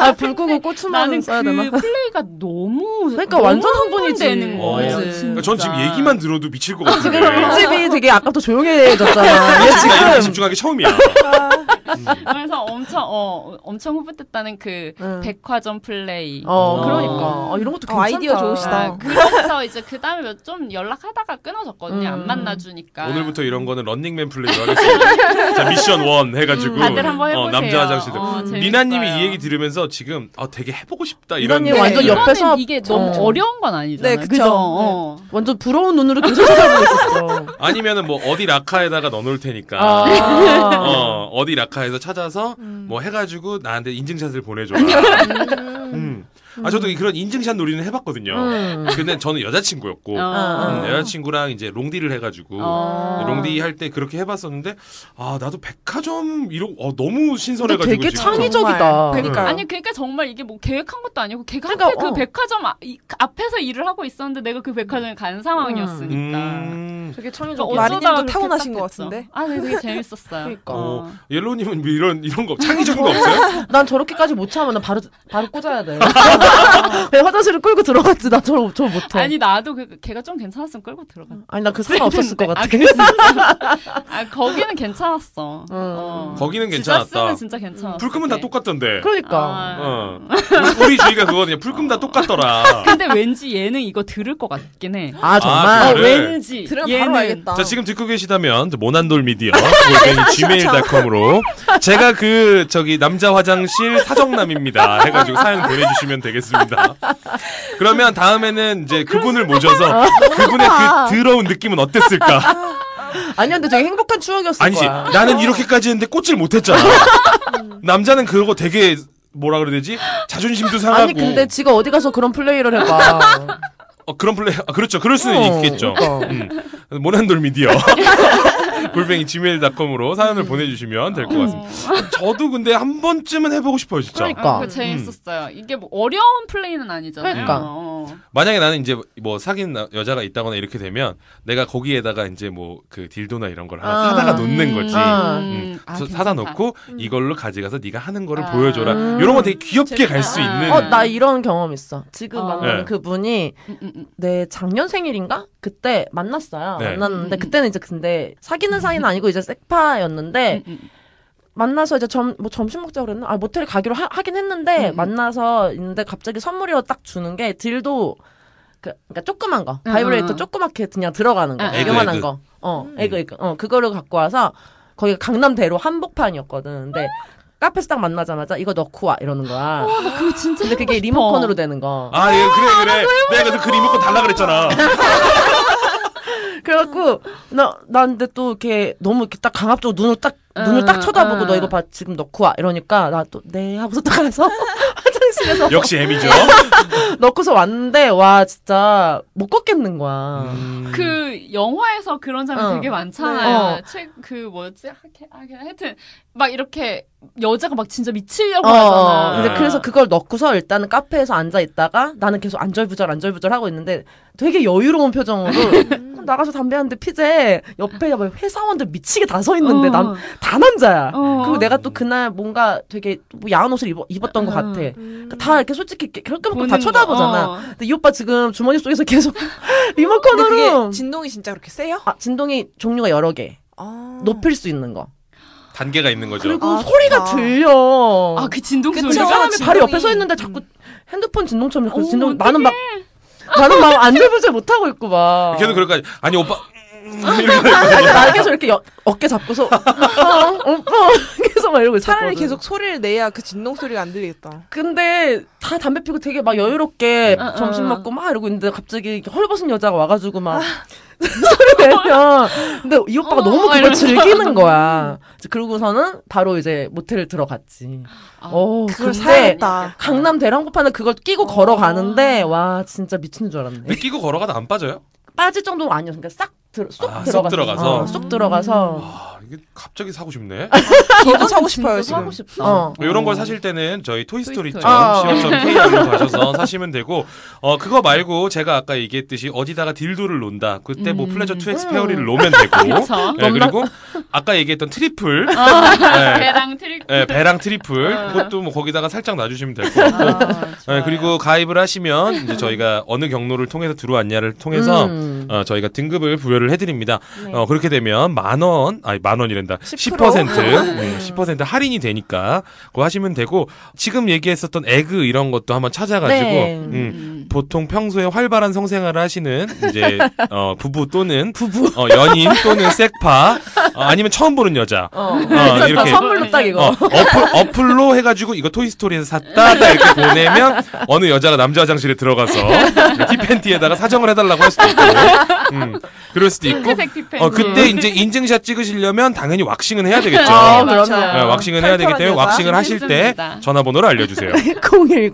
S5: 아, 불 끄고
S1: *laughs* 나는
S5: 고추만 써야
S1: *laughs*
S5: 되나?
S1: 그 플레이가 너무
S5: 그러니까
S1: 너무
S5: 완전 흥분이지.
S1: 되는 거예요.
S2: 그치.
S1: 진짜. 아,
S2: 그러니까 전 지금 얘기만 들어도 미칠 것
S1: *laughs*
S2: 같은데. 네.
S5: 지금 일집이 되게 아까부터 조용해졌잖아. 얘
S2: 나 이렇게
S5: 지금
S1: 아.
S2: 집중하기 처음이야.
S1: 그래서 엄청 어 엄청 후붓됐다는 그
S4: 응.
S1: 백화점 플레이.
S5: 음. 어, 그러니까. 아, 이런 것도
S4: 어,
S5: 괜찮다. 네.
S4: 아이디어 좋으시다.
S1: 아, 그래서 이제 그 다음에 좀 연락하다가 끊어졌거든요.
S5: 음.
S1: 안 만나주니까.
S2: 오늘부터 이런 거는 런닝맨
S1: *laughs*
S2: 플레이로 하겠습니다. 자 미션 원 해가지고
S1: 다들 한번 해보세요.
S2: 어, 남자 화장실
S1: 어,
S4: 음.
S1: 재밌어요.
S2: 미나님이 이 얘기 들으면서 지금 아 되게 해보고 싶다 이런
S5: 미나님 완전
S1: 네, 이거는
S5: 옆에서
S1: 이게 너무
S5: 어.
S1: 어. 려운건 아니잖아요.
S4: 네, 그쵸.
S1: 그죠? 어.
S5: 완전 부러운 눈으로 계속 쳐다보고 있었어.
S2: 아니면은 뭐 어디 라카에다가 넣어놓을 테니까
S5: *laughs* 아.
S2: 어, 어디 라카에서 찾아서
S1: 음.
S4: 음.
S2: 뭐 해가지고 나한테 인증샷을
S1: *laughs*
S2: 보내줘. 음. 아 저도 이- 그런 인증샷 놀이는 해봤거든요.
S5: 음.
S2: 근데 저는 여자친구였고
S1: 어.
S2: 음, 여자친구랑 이제 롱디를 해가지고
S1: 어.
S2: 롱디 할 때 그렇게 해봤었는데 아 나도 백화점 이런 어, 너무
S5: 근데
S2: 신선해가지고
S5: 되게
S2: 지금.
S5: 창의적이다.
S4: 정말. 그러니까요.
S1: 아니 그러니까 정말 이게 뭐 계획한 것도 아니고 걔가
S5: 그러니까,
S1: 하필 그
S5: 어.
S1: 백화점 아- 이- 그 앞에서 일을 하고 있었는데 내가 그 백화점에 간 상황이었으니까.
S2: 음.
S5: 되게
S1: 그러니까
S5: 창의적이다.
S4: 음. 마리님도
S1: 어쩌다가 그렇게
S4: 타고나신
S1: 딱
S4: 것
S1: 됐어.
S4: 같은데?
S1: 아, 네, 되게 재밌었어요.
S5: 그러니까.
S1: 어.
S2: 옐로우님은 뭐 이런 이런 거 창의적인
S1: *laughs*
S2: 거 없어요?
S5: 난 저렇게까지 못 참아. 나 바로 바로 꽂아야 *laughs* 돼. 내 화장실을 끌고 들어갔지. 나 저걸 저 못해. 아니,
S1: 아니 나도 그 걔가 좀 괜찮았으면 끌고 들어가.
S5: 나그 상관 없었을 것 같아. 그러니까.
S1: 아, 그랬어? 아 거기는 괜찮았어.
S5: 음.
S1: 어.
S2: 거기는 괜찮았다.
S1: 주자스는 진짜 아. 괜찮았어.
S2: 불금은 다 똑같던데.
S5: *laughs* 그러니까.
S2: 어. 우리, 우리 주위가 그거거든요. 불금 다 똑같더라.
S1: 근데 왠지 얘는 이거 들을 것 같긴 해.
S5: 아 정말.
S2: 아,
S1: 아,
S2: 그래?
S1: 왠지
S4: 들으면
S1: 얘는
S4: 바로 알겠다.
S2: 자 지금 듣고 계시다면
S1: *laughs*
S2: 모난돌 미디어
S1: 네, 그렇죠.
S2: gmail.com으로 제가 그 저기 남자 화장실 사정남입니다 해가지고 사연 보내주시면 되겠습니다. 그러면 다음에는
S1: 어,
S2: 이제 그분을 모셔서 그분의 그 더러운 느낌은 어땠을까?
S5: 아니 근데 되게 행복한 추억이었을
S2: 아니지
S5: 거야.
S2: 나는 이렇게까지 했는데 꽂질
S5: *laughs*
S2: 못했잖아. 남자는 그러고 되게 뭐라 그래야 되지 자존심도 상하고
S5: 아니 근데 지가 어디 가서 그런
S2: *laughs*
S5: 플레이를 해봐.
S2: 어, 그런 플레이 아, 그렇죠 그럴 수는
S5: 어,
S2: 있겠죠.
S5: 그러니까.
S2: 음. 모난돌 미디어 *laughs* 골뱅이 gmail.com으로 사연을 보내주시면 될 것 같습니다. 저도 근데 한 번쯤은 해보고 싶어요, 진짜.
S5: 음. 그러니까.
S1: 아, 그거 재밌었어요.
S2: 음.
S1: 이게 뭐 어려운 플레이는 아니잖아요.
S5: 그러니까.
S1: 어.
S2: 만약에 나는 이제 뭐 사귄 나- 여자가 있다거나 이렇게 되면 내가 거기에다가 이제 뭐 그 딜도나 이런 걸 하나
S5: 아.
S2: 사다가 놓는 거지.
S5: 아.
S2: 음,
S1: 아,
S2: 저-
S1: 괜찮다.
S2: 사다 놓고 이걸로 가져가서 네가 하는 거를
S1: 아.
S2: 보여줘라.
S5: 음.
S2: 이런 거 되게 귀엽게
S1: 재밌다.
S2: 갈 수 있는.
S5: 어, 나 이런 경험 있어. 지금
S1: 어.
S5: 만나는
S2: 음. 네.
S5: 그분이
S1: 음, 음, 음.
S5: 내 작년 생일인가? 그때 만났어요.
S2: 네.
S5: 만났는데
S1: 음.
S5: 그때는 이제 근데 사귀는 사이는 아니고 이제 섹파였는데
S1: 음, 음.
S5: 만나서 이제 점 뭐 점심 먹자 그랬나? 아 모텔 가기로 하, 하긴 했는데
S1: 음.
S5: 만나서 있는데 갑자기 선물이로 딱 주는 게 딜도 그 그러니까 조그만 거
S1: 음,
S5: 바이브레이터
S1: 음.
S5: 조그맣게 그냥 들어가는 거
S1: 아,
S2: 에그,
S5: 요만한
S2: 에그.
S5: 거. 어
S1: 음.
S5: 에그 에그 어 그거를 갖고 와서 거기가 강남대로 한복판이었거든. 근데 카페에서 딱 만나자마자 이거 넣고 와 이러는 거야.
S1: 아, 그거 진짜
S5: 근데
S1: 해보고
S5: 그게
S1: 싶어.
S5: 리모컨으로 되는 거.
S2: 아, 예, 그래, 그래. 내가 그래서 그 리모컨 달라 그랬잖아.
S5: 그래갖고 나, 나 근데 또 이렇게 너무 이렇게 딱 강압적으로 눈을 딱
S1: 응,
S5: 눈을 딱 쳐다보고
S1: 응.
S5: 너 이거 봐 지금 넣고 와 이러니까 나 또 네 하고서 *laughs* 딱 가서 화장실에서
S2: 역시 애미죠.
S5: 넣고서 왔는데 와 진짜 못 걷겠는 거야.
S1: 그 영화에서 그런 장면
S5: 음. 어.
S1: 되게 많잖아요.
S5: 네.
S1: 책그 뭐였지? 아, 하- 하- 하여튼 막 이렇게 여자가 막 진짜 미치려고
S5: 어, 어,
S1: 하잖아.
S5: 근데
S2: 네.
S5: 그래서 그걸 넣고서 일단은 카페에서 앉아 있다가 나는 계속 안절부절 안절부절 하고 있는데 되게 여유로운 표정으로
S1: 음.
S5: *laughs* 어, 나가서 담배 한 대 피재 옆에 막 회사원들 미치게 다 서 있는데
S1: 어.
S5: 난 다 남자야.
S1: 어.
S5: 그리고 내가 또 그날 뭔가 되게 뭐 야한 옷을 입어, 입었던 것
S1: 음.
S5: 같아.
S4: 음.
S5: 그러니까 다 이렇게 솔직히 이렇게 흘끔흘끔 다
S1: 보는 거.
S5: 쳐다보잖아.
S1: 어.
S5: 근데 이 오빠 지금 주머니 속에서 계속 *laughs*
S4: 근데 그게
S5: 리모컨으로
S4: 진동이 진짜 그렇게 세요?
S5: 아, 진동이 종류가 여러 개.
S4: 아.
S5: 높일 수 있는 거.
S2: 단계가 있는 거죠.
S5: 그리고
S4: 아,
S5: 소리가
S4: 진짜.
S5: 들려.
S1: 아, 그 진동
S4: 그쵸.
S1: 소리.
S5: 근데 사람이
S4: 진동이- 음.
S5: 바로 옆에 서 있는데 자꾸 핸드폰 진동처럼 이렇게
S1: 오,
S5: 진동. 나는 막 나는 막 안절부절 못 하고 있고 막.
S2: 걔도 그럴까? 아니, 오빠.
S5: 아니, 나 계속 이렇게 여- 어깨
S2: *laughs*
S5: 잡고서 어, 어, 어, 계속 막 이러고 있었거든.
S4: 차라리 계속 소리를 내야 그 진동 소리가 안 들리겠다.
S5: 근데 다 담배 피고 되게 막 여유롭게
S1: 어,
S5: 점심
S1: 어.
S5: 먹고 막 이러고 있는데 갑자기 이렇게 헐벗은 여자가 와가지고 막 *laughs* 소리 내면 근데 이 오빠가
S1: 어,
S5: 너무 그걸
S1: 이러면서.
S5: 즐기는 거야. 이제 그러고서는 바로 이제 모텔을 들어갔지.
S1: 아,
S5: 어,
S4: 그걸
S5: 근데
S4: 사야겠다.
S5: 강남 대랑구판에 그걸 끼고 걸어가는데 와 진짜 미치는 줄 알았네.
S2: 느끼고 걸어가도 안 빠져요?
S5: 빠질 정도가 아니었어. 그러니까 싹 들어 쏙
S2: 아, 쏙
S5: 들어가서
S2: 들어가서.
S5: 어, 쏙 들어가서
S2: 아, 이게 갑자기 사고 싶네.
S4: 저도 사고 싶어요
S1: 진짜 사고
S4: 지금.
S1: 싶다.
S5: 어.
S2: 뭐 이런 걸 사실 때는 저희 토이스토리 점
S1: 토이스토리.
S5: 아.
S2: co.kr로 가셔서 사시면 되고 어 그거 말고 제가 아까 얘기했듯이 어디다가 딜도를 논다 그때 뭐
S1: 음.
S2: 플레저 투 엑스페어리를 놓으면 되고
S1: 그렇죠.
S2: 예, 그리고 아까 얘기했던 트리플
S1: *laughs*
S2: 예,
S1: 배랑 아, 트릭.
S2: 예, 배랑 트리플
S1: 어.
S2: 그것도 뭐 거기다가 살짝 놔주시면 될 것 같고 예, 그리고 가입을 하시면 이제 *laughs* 저희가 어느 경로를 통해서 들어왔냐를 통해서
S5: 음.
S2: 네. 어, 저희가 등급을 부여를 해드립니다. 어, 그렇게 되면 만 원, 아니 만 원이란다.
S4: 10%?
S2: 10% *laughs* 네, 10% 할인이 되니까 그거 하시면 되고 지금 얘기했었던 에그 이런 것도 한번 찾아가지고
S5: 네.
S2: 음,
S1: 음.
S2: 보통 평소에 활발한 성생활을 하시는 *laughs* 이제 어, 부부 또는 부부 어, 연인 또는 섹파 어, 아니면 처음 보는 여자
S5: 어.
S2: 어, 이렇게
S5: 선물로 딱 이거. *laughs*
S2: 어, 어플, 어플로 해가지고 이거 토이스토리에서 샀다 딱 이렇게 보내면 어느 여자가 남자 화장실에 들어가서 티팬티에다가 사정을 해달라고 할 수도 있고 음, 그럴 수도 있고
S1: 흰색 티팬. 음.
S2: 어, 그때 이제 인증샷 찍으시려면 당연히 왁싱은 해야 되겠죠
S5: 아,
S1: 음.
S2: 네,
S5: 그럼요.
S4: 맞아요.
S2: 왁싱은 해야 되기 때문에
S4: 털털한 여자.
S2: 왁싱을 하실 때
S1: 힘듭니다.
S2: 전화번호를 알려주세요
S5: 네. 010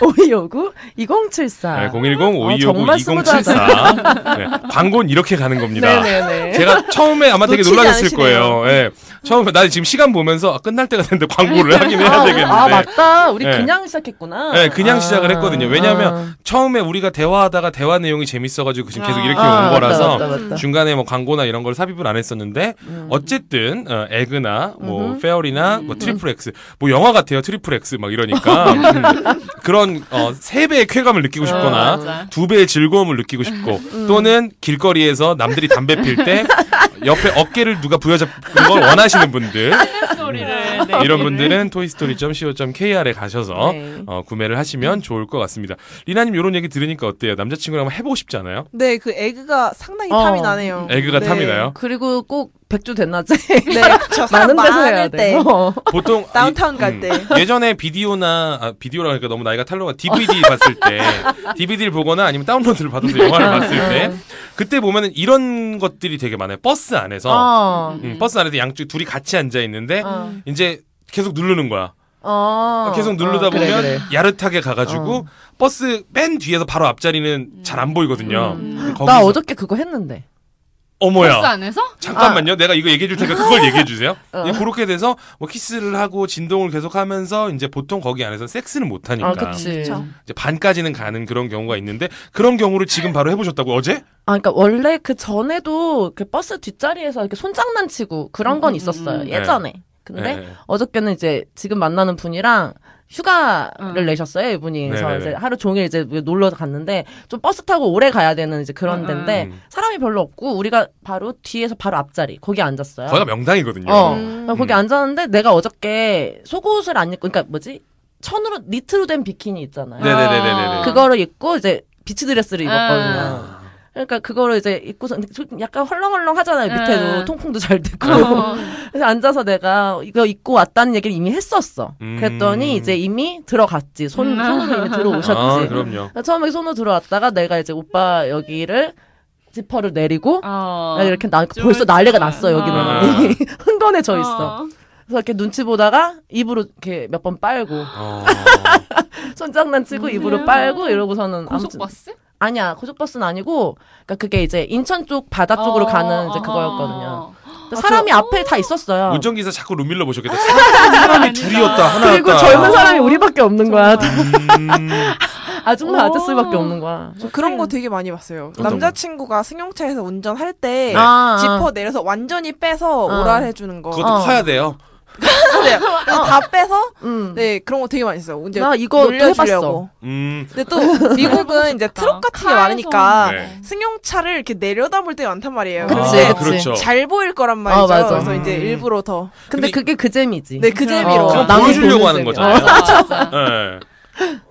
S5: 529 2074.
S2: 네, 010-5259-2074
S5: 정말 스무드하다.
S2: 네, 광고는 이렇게 가는 겁니다
S5: 네네네.
S2: 제가 처음에 아마 되게
S4: 놓치지
S2: 놀라셨을 거예요.
S4: 않으시네요.
S2: 예. 처음에 나 지금 시간 보면서 아, 끝날 때가 됐는데 광고를 하긴 해야 되겠는데.
S5: 아 맞다. 우리
S2: 네.
S5: 그냥 시작했구나.
S2: 네, 그냥 시작을 했거든요. 왜냐면
S5: 아.
S2: 처음에 우리가 대화하다가 대화 내용이 재밌어가지고 지금 계속 이렇게
S5: 아,
S2: 온 거라서
S5: 맞다, 음. 맞다, 맞다.
S2: 중간에 뭐 광고나 이런 걸 삽입을 안 했었는데 어쨌든 어, 에그나 뭐 페어리나
S5: 음.
S2: 뭐 트리플 X 뭐 영화 같아요 트리플 X 막
S5: *laughs*
S2: 이러니까 음, 그런 어, 세 배의 쾌감을 느끼고
S1: 어,
S2: 싶거나
S1: 맞아.
S2: 두 배의 즐거움을 느끼고 싶고
S5: 음.
S2: 또는 길거리에서 남들이 담배 필
S5: *laughs*
S2: 때 옆에 어깨를 누가 부여잡는 걸 원하시는 분들
S1: 소리를
S2: 음, 이런 분들은 toystory.co.kr에 가셔서
S5: 네.
S2: 어, 구매를 하시면 좋을 것 같습니다. 리나님 이런 얘기 들으니까 어때요? 남자친구랑 한번 해보고 싶지 않아요?
S4: 네, 그 에그가 상당히
S5: 어.
S4: 탐이 나네요.
S2: 에그가
S4: 네.
S2: 탐이 나요?
S5: 그리고 꼭 백주 대낮에
S4: 네, 저
S5: *laughs*
S4: 사람
S5: 많은 데서 해야
S4: 많을
S5: 돼. *laughs*
S4: 때.
S5: 어.
S2: 보통 이- 음,
S4: 다운타운 갈 때.
S2: *laughs* 예전에 비디오나 아, 비디오라 그러니까 너무 나이가 탈로가 DVD 봤을 때 DVD를 보거나 아니면 다운로드를 받아서 영화를 봤을 때 그때 보면은 이런 것들이 되게 많아요. 버스 안에서
S5: 어.
S2: 음, 버스 안에서 양쪽 둘이 같이 앉아 있는데
S5: 어.
S1: 음.
S2: 이제 계속 누르는 거야.
S5: 어.
S2: 계속 누르다
S5: 어, 그래,
S2: 보면
S5: 그래.
S2: 야릇하게 가가지고 버스 맨 뒤에서 바로 앞자리는 잘 안 보이거든요.
S5: 나
S2: 거기서-
S5: 어저께 그거 했는데.
S1: 음. 버스
S2: 어머야
S1: 안에서?
S2: 잠깐만요. 내가 이거 얘기해 줄 테니까 그걸 얘기해 주세요.
S5: 아. *laughs* 어.
S2: 예, 그렇게 돼서 뭐 키스를 하고 진동을 계속하면서 이제 보통 거기 안에서 섹스는 못 하니까
S5: 아, 그치.
S4: 그쵸.
S2: 이제 반까지는 가는 그런 경우가 있는데 그런 경우를 지금 바로 해보셨다고 어제?
S5: 아, 그러니까 원래 그 전에도 그 버스 뒷자리에서 이렇게 손장난 치고 그런 건
S1: 음,
S5: 있었어요.
S1: 음.
S5: 예전에. 근데
S2: 네.
S5: 어저께는 이제 지금 만나는 분이랑 휴가를
S1: 음.
S5: 내셨어요 이분이 그래서
S2: 네네네.
S5: 이제 하루 종일 이제 뭐 놀러 갔는데 좀 버스 타고 오래 가야 되는 이제 그런
S1: 음,
S5: 데인데
S2: 음.
S5: 사람이 별로 없고 우리가 바로 뒤에서 바로 앞자리 거기 앉았어요.
S2: 거기가 명당이거든요.
S5: 어
S4: 음.
S5: 거기 앉았는데 내가 어저께 속옷을 안 입고 그러니까 뭐지 천으로 니트로 된 비키니 있잖아요.
S2: 네네네네네.
S5: 그거를 입고 이제 비치
S1: 음.
S5: 드레스를 입었거든요.
S2: 아.
S5: 그러니까 그거를 이제 입고서 근데 좀 약간 헐렁헐렁 하잖아요 밑에도
S1: 음.
S5: 통풍도 잘 되고
S1: 어.
S5: 그래서 앉아서 내가 이거 입고 왔다는 얘기를 이미 했었어.
S2: 음.
S5: 그랬더니 이제 이미 들어갔지. 손,
S1: 음.
S5: 손으로 이미
S2: 아,
S5: 들어오셨지.
S2: 그럼요.
S5: 그러니까 처음에 손으로 들어왔다가 내가 이제 오빠 여기를 지퍼를 내리고
S1: 어.
S5: 나 아, 이렇게 나
S1: 쭉
S5: 벌써 난리가 났어
S2: 아.
S5: 여기는 이미 *laughs* 흥건해져 있어.
S1: 어.
S5: 그래서 이렇게 눈치 보다가 입으로 이렇게 몇 번 빨고
S2: 어.
S5: *laughs* 손장난 치고 입으로 빨고 이러고서는 아무튼
S1: 음. 고속버스?
S5: 아니야 고속버스는 아니고 그러니까 그게 이제 인천 쪽 바다 쪽으로
S1: 어,
S5: 가는 이제 그거였거든요.
S1: 어.
S5: 그러니까 사람이 앞에 다 있었어요.
S2: 운전기사 자꾸 룸밀러 보셨겠다. 아, 그 사람이 둘이었다 하나였다.
S5: 아. 그리고 젊은 사람이 우리밖에 없는
S1: 어.
S5: 거야. 어. 다
S2: 음.
S5: *laughs* 아줌마
S1: 오.
S5: 아저씨밖에 없는 거야.
S4: 저 그런 거 되게 많이 봤어요.
S2: 어떤 거?
S4: 남자친구가 승용차에서 운전할 때
S2: 네.
S5: 아,
S4: 지퍼 내려서 완전히 빼서
S5: 어.
S4: 오랄 해주는 거.
S2: 그것도
S5: 어.
S2: 커야 돼요.
S4: 네, 다 빼서
S5: 음.
S4: 네 그런 거 되게 많이 있어요. 이제
S5: 어. 나 이거 또 해봤어. 어.
S4: 놀려주려고.
S2: 음.
S4: 근데 또 미국은 이제 트럭 같은 게
S1: 음.
S4: 많으니까
S2: 네.
S4: 승용차를 이렇게 내려다볼 때가 많단 말이에요.
S5: 그치,
S2: 아,
S5: 그치.
S2: 그렇죠.
S4: 잘 보일 거란 말이죠.
S5: 어, 맞아.
S4: 그래서 이제
S2: 음.
S4: 일부러 더.
S2: 근데
S5: 근데 그게 그 재미지.
S4: 네, 그 재미로.
S2: 그건
S5: 남이
S2: 보여주려고
S5: 보는
S2: 하는
S5: 재미.
S2: 거잖아요.
S1: 맞아.
S2: 예.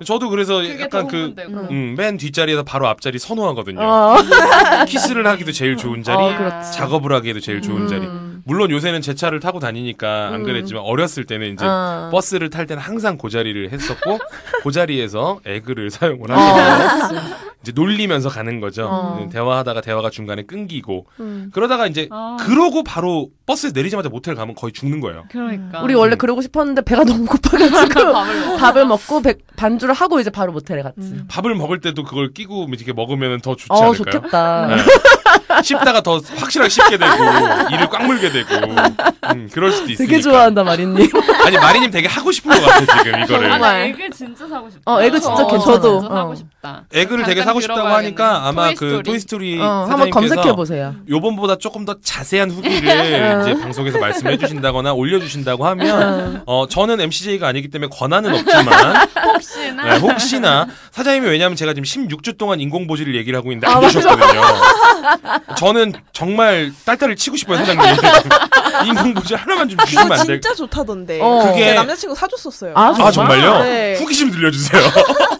S2: 저도 어. 그래서
S1: 그게 더
S2: 약간 그
S1: 흥분돼요.
S5: 음.
S1: 그럼.
S2: 음, 맨 뒷자리에서 바로 앞자리 선호하거든요.
S5: 어.
S1: 음.
S2: 키스를 하기도 제일 좋은 자리,
S5: 어, 그렇지.
S2: 작업을 하기에도 제일 좋은
S5: 음.
S2: 자리. 물론 요새는 제 차를 타고 다니니까 안 그랬지만 어렸을 때는 이제 뭐
S5: 아.
S2: 버스를 탈 때는 항상 그 자리를
S5: *laughs*
S2: 했었고 그 자리에서 에그를 사용을
S5: 어.
S2: 하면서 이제 놀리면서 가는 거죠.
S5: 어.
S2: 음, 대화하다가 대화가 중간에 끊기고
S5: 음.
S2: 그러다가 이제
S1: 어.
S2: 그러고 바로 버스에 내리자마자 모텔 가면 거의 죽는 거예요.
S1: 그러니까.
S5: 우리 원래 그러고 싶었는데 배가 너무
S4: *laughs*
S5: 고파가지고
S1: 밥을 먹어.
S5: 밥을 먹고 배- 반주를 하고 이제 바로 모텔에 갔지.
S4: 음.
S2: 밥을 먹을 때도 그걸 끼고 이렇게 먹으면 더 좋지
S5: 어
S2: 않을까요?
S5: 좋겠다.
S2: 네. 씹다가 더 확실하게 씹게 되고 이를 꽉 물게 되고 음, 그럴 수도 있으니까.
S5: 되게 좋아한다
S2: *laughs*
S5: 마린님.
S2: 아니 마리님 되게 하고 싶은 것 같아 지금
S1: 아,
S2: 이거를.
S1: 나 에그 진짜 사고 싶다.
S5: 어, 에그 진짜
S1: 어,
S5: 괜찮아요.
S1: 저도
S5: 어.
S1: 사고 싶다.
S2: 에그를 되게
S1: 잠깐
S2: 사고 싶다고
S1: 들어봐야겠네.
S2: 하니까 아마 그
S1: 토이스토리.
S2: 토이스토리
S5: 어, 한번 검색해
S2: 사장님께서
S5: 보세요.
S2: 요번보다 조금 더 자세한
S5: *laughs*
S2: 후기를 이제 방송에서 어, 말씀해 주신다거나 올려 주신다고 하면 어 저는 MCJ가 아니기 때문에 권한은 없지만
S1: *laughs* 혹시나
S2: 네, 혹시나 사장님이 왜냐하면 제가 지금 16주 동안 인공보지를 얘기를 하고 있는데 안 계셨거든요. 저는 정말 딸딸을 치고 싶어요 사장님. 인공보지 하나만 좀 주시면
S4: 그거
S2: 안 될까?
S4: 아, 진짜 좋다던데.
S5: 어.
S4: 제
S2: 그게
S4: 남자친구 사줬었어요.
S5: 아,
S2: 아 정말요?
S4: 네.
S2: 후기 좀 들려주세요.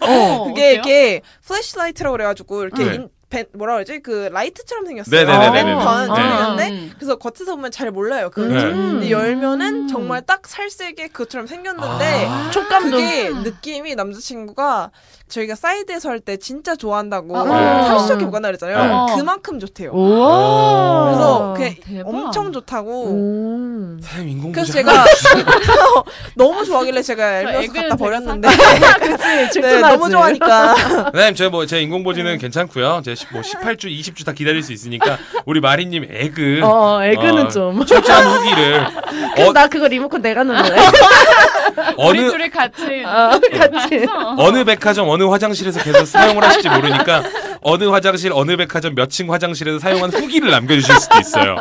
S2: 뭐,
S1: 어,
S4: 그게
S1: 어때요?
S4: 이게 플래시라이트라고 그래가지고 이렇게
S2: 네.
S4: 인- 벤- 뭐라 그러지? 그 라이트처럼 생겼어요.
S2: 네네네네네.
S4: 랜턴
S2: 네.
S4: 생겼는데
S1: 음.
S4: 그래서 겉에서 보면 잘 몰라요.
S5: 음.
S4: 그
S2: 네.
S4: 근데 열면은 정말 딱 살색의 그것처럼 생겼는데
S2: 아.
S5: 촉감도
S4: 그게 느낌이 남자친구가 저희가 사이드에서 할 때 진짜 좋아한다고
S1: 아,
S2: 네.
S4: 살수있게 먹었나 그랬잖아요.
S1: 네.
S4: 그만큼 좋대요.
S5: 우와.
S4: 그래서 그냥
S1: 대박.
S4: 엄청 좋다고.
S5: 음.
S2: 사장님 인공보지
S4: 그래서 제가
S2: *laughs*
S4: *laughs* 너무 좋아하길래 제가
S1: 저
S4: 앨범에서
S1: 애교는
S4: 갖다
S1: 되게
S4: 버렸는데 네,
S5: 질투나지. *laughs*
S4: 너무 좋아하니까
S2: 사장님 제뭐제 인공보지는 괜찮고요. 제뭐 18주, 20주 다 기다릴 수 있으니까 우리 마리님 애그
S5: 어, 애교는
S2: 어, *laughs*
S5: 좀.
S2: 철저한 후기를
S5: 그럼
S2: 어,
S5: 나 그거 리모컨 내가 넣는데. *laughs*
S1: 우리
S2: 어느
S1: 둘이 같이
S5: 어, 같이.
S1: 있어.
S2: 어느 백화점 어느 화장실에서 계속 사용을 하실지 모르니까 어느 화장실 어느 백화점 몇 층 화장실에서 사용한 후기를 남겨주실 수도 있어요.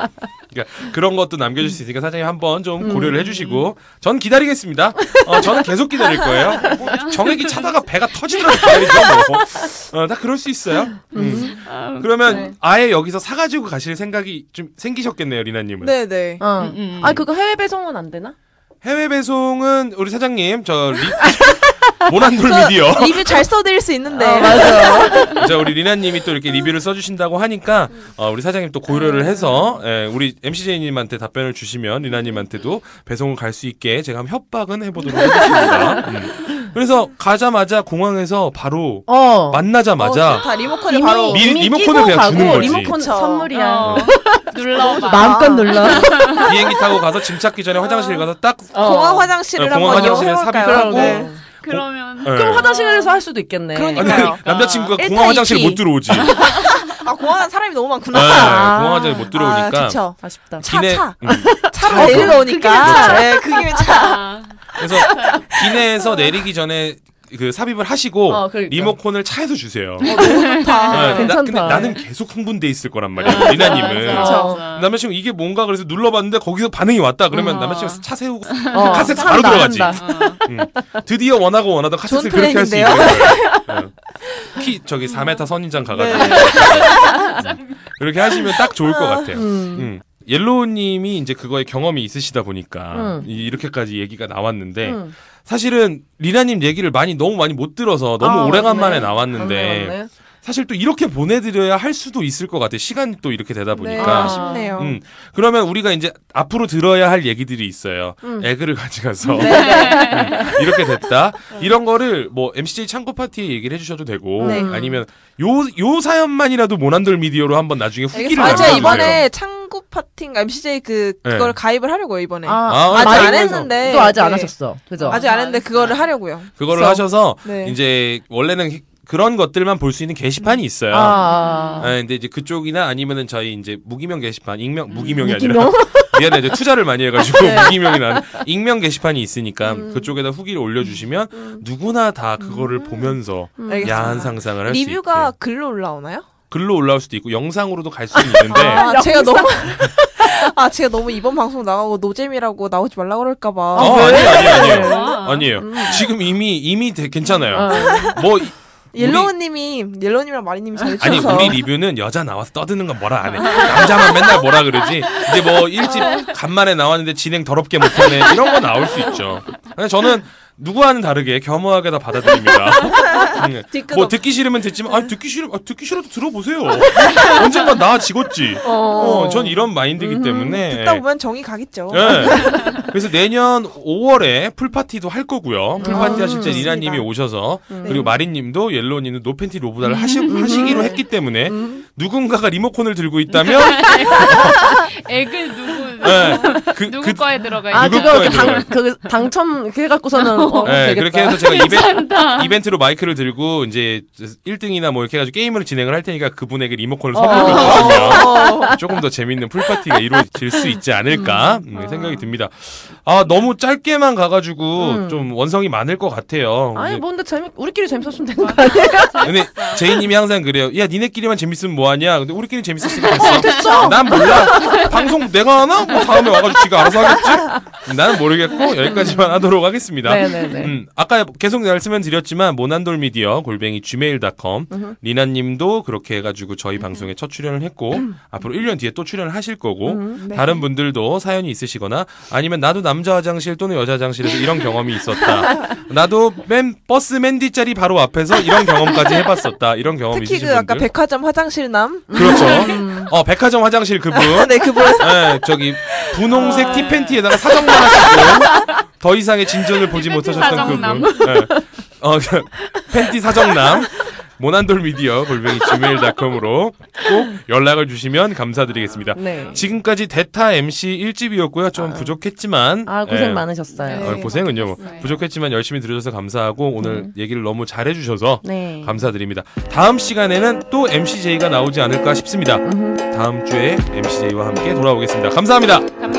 S2: 그러니까 그런 것도 남겨줄 수 있으니까 사장님 한번
S1: 음.
S2: 좀 고려를 해주시고 전 기다리겠습니다. 어, 저는 계속 기다릴 거예요. 뭐 정액이 차다가 배가 터지더라도 기다리죠. 뭐. 어, 다 그럴 수 있어요. 음.
S1: 아, 네.
S2: 그러면 아예 여기서 사가지고 가실 생각이 좀 생기셨겠네요, 리나님은.
S4: 네네
S5: 어.
S1: 음, 음.
S5: 아, 그거 해외 배송은 안 되나?
S2: 해외 배송은 우리 사장님 저 리... *laughs* 모난돌 미디어
S4: 리뷰 잘 써드릴 수 있는데
S5: 맞아.
S2: 자 우리 리나님이 또 이렇게 리뷰를 써주신다고 하니까 어, 우리 사장님 또 고려를 해서 예, 우리 MCJ님한테 답변을 주시면 리나님한테도 배송을 갈 수 있게 제가 한번 협박은 해보도록 하겠습니다. 음. 그래서 가자마자 공항에서 바로
S5: 어.
S2: 만나자마자
S4: 다 리모컨을 바로
S2: 미- 리모컨을
S5: 끼고
S2: 그냥
S5: 가고
S2: 주는 거지.
S5: 리모컨
S4: 그쵸.
S5: 선물이야. 아.
S1: 어, *laughs* 눌러봐.
S5: 마음껏 *laughs* 눌러.
S2: 비행기 타고 가서 짐 찾기 전에 화장실 가서 딱
S5: 어.
S4: 공항 화장실을
S2: 네,
S4: 한번
S2: 공항 화장실에
S4: 이용해볼까요?
S2: 삽입하고.
S4: 네.
S1: 그러면
S2: 예.
S5: 그럼 화장실에서 할 수도 있겠네.
S4: 그러니까.
S2: 아니,
S4: 그러니까요.
S2: 남자친구가
S5: 일타
S2: 공항 화장실
S5: 이피.
S2: 못 들어오지. 예,
S4: 아 공항 사람이 너무 많구나
S2: 공항 화장실 못 네, 들어오니까.
S4: 아, 좋죠
S5: 아쉽다.
S4: 차,
S2: 기내-
S4: 차.
S2: 음.
S5: 아,
S4: 차로 내리러 오니까 어, 네, 그게 차
S1: 아,
S2: 그래서 기내에서 내리기 전에 그 삽입을 하시고
S5: 어, 그러니까. 어,
S2: 리모컨을 차에서 주세요.
S4: 좋다
S2: 네, 나-
S5: 괜찮다. 아,
S2: 근데 나는 계속 흥분돼 있을 거란 말이야. 리나님은.
S1: 맞아,
S5: 그쵸.
S1: 맞아.
S2: 남자친구 이게 뭔가 그래서 눌러봤는데 거기서 반응이 왔다 그러면
S5: 음.
S1: 어.
S2: 남자친구 차 세우고
S5: 어,
S2: 카세트 바로
S5: 한다,
S2: 들어가지.
S5: 한다.
S2: 드디어 원하고 원하던 카세트
S4: 좋은
S2: 그렇게 할 수 있는
S5: *laughs*
S2: 거예요. 네. 키 저기 4m 선인장
S5: 네.
S2: 가가지고
S5: *laughs*
S2: 음. 그렇게 하시면 딱 좋을 것 같아요.
S5: 음.
S2: 음. 옐로우님이 이제 그거에 경험이 있으시다 보니까
S5: 음.
S2: 이- 이렇게까지 얘기가 나왔는데
S5: 음.
S2: 사실은 리나님 얘기를 많이 너무 많이 못 들어서 너무
S5: 아,
S2: 오래간만에
S5: 맞네. 아,
S2: 나왔는데
S5: 맞네, 맞네.
S2: 사실 또 이렇게 보내드려야 할 수도 있을 것 같아요. 시간이 또 이렇게 되다 보니까.
S4: 네, 아쉽네요
S2: 음, 그러면 우리가 이제 앞으로 들어야 할 얘기들이 있어요.
S5: 음.
S2: 에그를 *laughs* 가져가서
S5: 네.
S1: 네.
S2: 음, 이렇게 됐다. 이런 거를 뭐 MCJ 창고 파티에 얘기를 해주셔도 되고
S4: 네.
S2: 아니면 요, 요 사연만이라도 모난돌 미디어로 한번 나중에 후기를
S4: 아, 제가
S2: 남겨주세요.
S4: 이번에 창구 파팅가 MCJ 그
S2: 네.
S4: 그걸 가입을 하려고요 이번에
S2: 아,
S4: 아직
S5: 많이
S4: 안
S5: 해서.
S4: 했는데.
S5: 또 네. 아직 안
S4: 네.
S5: 하셨어. 그죠?
S4: 아직 안 했는데 그거를 하려고요
S2: 그거를
S4: 그래서-
S2: 하셔서
S4: 네.
S2: 이제 원래는 그런 것들만 볼 수 있는 게시판이 있어요.
S5: 아, 아, 아.
S2: 아, 근데 이제 그쪽이나 아니면은 저희 이제 무기명 게시판,
S4: 음,
S2: 익명, 무기명이
S5: 무기명?
S2: 아니라. *laughs* 미안해, 이제 투자를 많이 해가지고
S4: *laughs* 네.
S2: 무기명이 나 익명 게시판이 있으니까
S4: 음.
S2: 그쪽에다 후기를 올려주시면 누구나 다 그거를 보면서
S4: 알겠습니다.
S2: 야한 상상을 할 수 있게.
S4: 리뷰가 글로 올라오나요?
S2: 글로 올라올 수도 있고 영상으로도 갈 수는 있는데.
S4: 아, 제가 너무 *laughs* 아 제가 너무 이번 방송 나가고 노잼이라고 나오지 말라 그럴까 봐.
S2: 어, 아니에요, 아니에요, 아니에요.
S4: 음.
S1: 아.
S2: 아니에요. 지금 이미, 이미 되- 괜찮아요.
S5: 어.
S2: 뭐, 이- 우리-
S4: 옐로우님이 옐로우님이랑 마리님이 잘
S2: 아니
S4: 쳐서
S2: 우리 리뷰는 여자 나와서 떠드는 건 뭐라 안 해. 남자만 맨날 뭐라 그러지. 이제 뭐 일집 간만에 나왔는데 진행 더럽게 못하네 이런 거 나올 수 있죠. 근데 저는 누구와는 다르게 겸허하게 다
S4: *laughs*
S2: 받아들입니다. 음,
S4: 뒤끝
S2: 뭐
S4: 없- 네.
S2: 듣기 싫으면 듣지만 아 듣기 싫으면 아, 듣기 싫어도 들어보세요. 언젠가 나 지겠지. 어, 전 이런 마인드이기 때문에.
S4: 듣다 보면 정이 가겠죠.
S2: 예. 그래서 내년 5월에 풀파티도 할 거고요. 풀파티 하실 때
S4: 좋습니다.
S2: 리나님이 오셔서 그리고 마린님도 옐로우님도 노팬티 로보다를 하시, 하시기로 했기 때문에 누군가가 리모컨을 들고 있다면
S1: 에그 누구
S2: 예, 그,
S1: 누구
S2: 그,
S1: 거에 들어가
S5: 아,
S2: 누구
S1: 있는
S5: 그거
S2: 거에
S5: 이렇게 당,
S2: 들어가요?
S5: 그, 당첨, 이렇게 해갖고서는, 어,
S2: 예,
S5: 되겠다.
S2: 그렇게 해서 제가 이벤, 이벤트로 마이크를 들고 이제 1등이나 뭐 이렇게 해가지고 게임을 진행을 할 테니까 그분에게 리모컨을 선물하면 조금 더 재밌는 풀파티가 이루어질 수 있지 않을까 음, 생각이 듭니다. 아 너무 짧게만 가가지고
S5: 음.
S2: 좀 원성이 많을 것 같아요.
S5: 아니,
S2: 근데
S5: 뭔데, 재미, 우리끼리 재밌었으면 되는 거 아니야?
S2: 근데 제이님이 항상 그래요. 야 니네끼리만 재밌으면 뭐하냐. 근데 우리끼리 재밌었으니까 됐어. 난 몰라. 방송 내가 하나? 뭐 다음에 와가지고 지가 알아서 하겠지? 나는 모르겠고 여기까지만 하도록 하겠습니다.
S5: 네네네.
S2: 음, 아까 계속 말씀은 드렸지만 모난돌 미디어 골뱅이 gmail.com
S5: 음흠.
S2: 리나님도 그렇게 해가지고 저희 방송에
S4: 음.
S2: 첫 출연을 했고 앞으로 1년 뒤에 또 출연을 하실 거고
S4: 음, 네.
S2: 다른 분들도 사연이 있으시거나 아니면 나도 남자 화장실 또는 여자 화장실에서 이런 경험이
S4: *laughs*
S2: 있었다 나도 맨 버스 맨 뒷자리 바로 앞에서 이런 경험까지 해봤었다 이런 경험이
S4: 특히
S2: 있으신
S4: 그 아까
S2: 분들
S4: 백화점 화장실남
S2: 그렇죠
S5: 음.
S2: 어 백화점 화장실
S5: *laughs*
S2: 그분
S4: 네 그분
S2: 예, 저기
S1: 아.
S2: 분홍색 티팬티에다가 사정만 하시고 더 이상의 진전을 보지
S1: 팬티
S2: 못하셨던
S1: 사정남.
S2: 그분. 예. 어, 그 팬티 사정남. 모난돌 미디어 골뱅이 gmail.com으로 꼭 연락을 주시면 감사드리겠습니다.
S5: 네.
S2: 지금까지 대타 MC 1집이었고요. 좀 부족했지만
S5: 아 고생
S2: 예.
S5: 많으셨어요.
S2: 어,
S4: 네,
S2: 고생은요. 뭐.
S1: 고생했어요.
S2: 부족했지만 열심히 들어줘서 감사하고 오늘
S5: 음.
S2: 얘기를 너무 잘해주셔서
S5: 네.
S2: 감사드립니다. 다음 시간에는 또 MCJ가 나오지 않을까 싶습니다. 다음 주에 MCJ와 함께 돌아오겠습니다. 감사합니다.
S1: 감사합니다.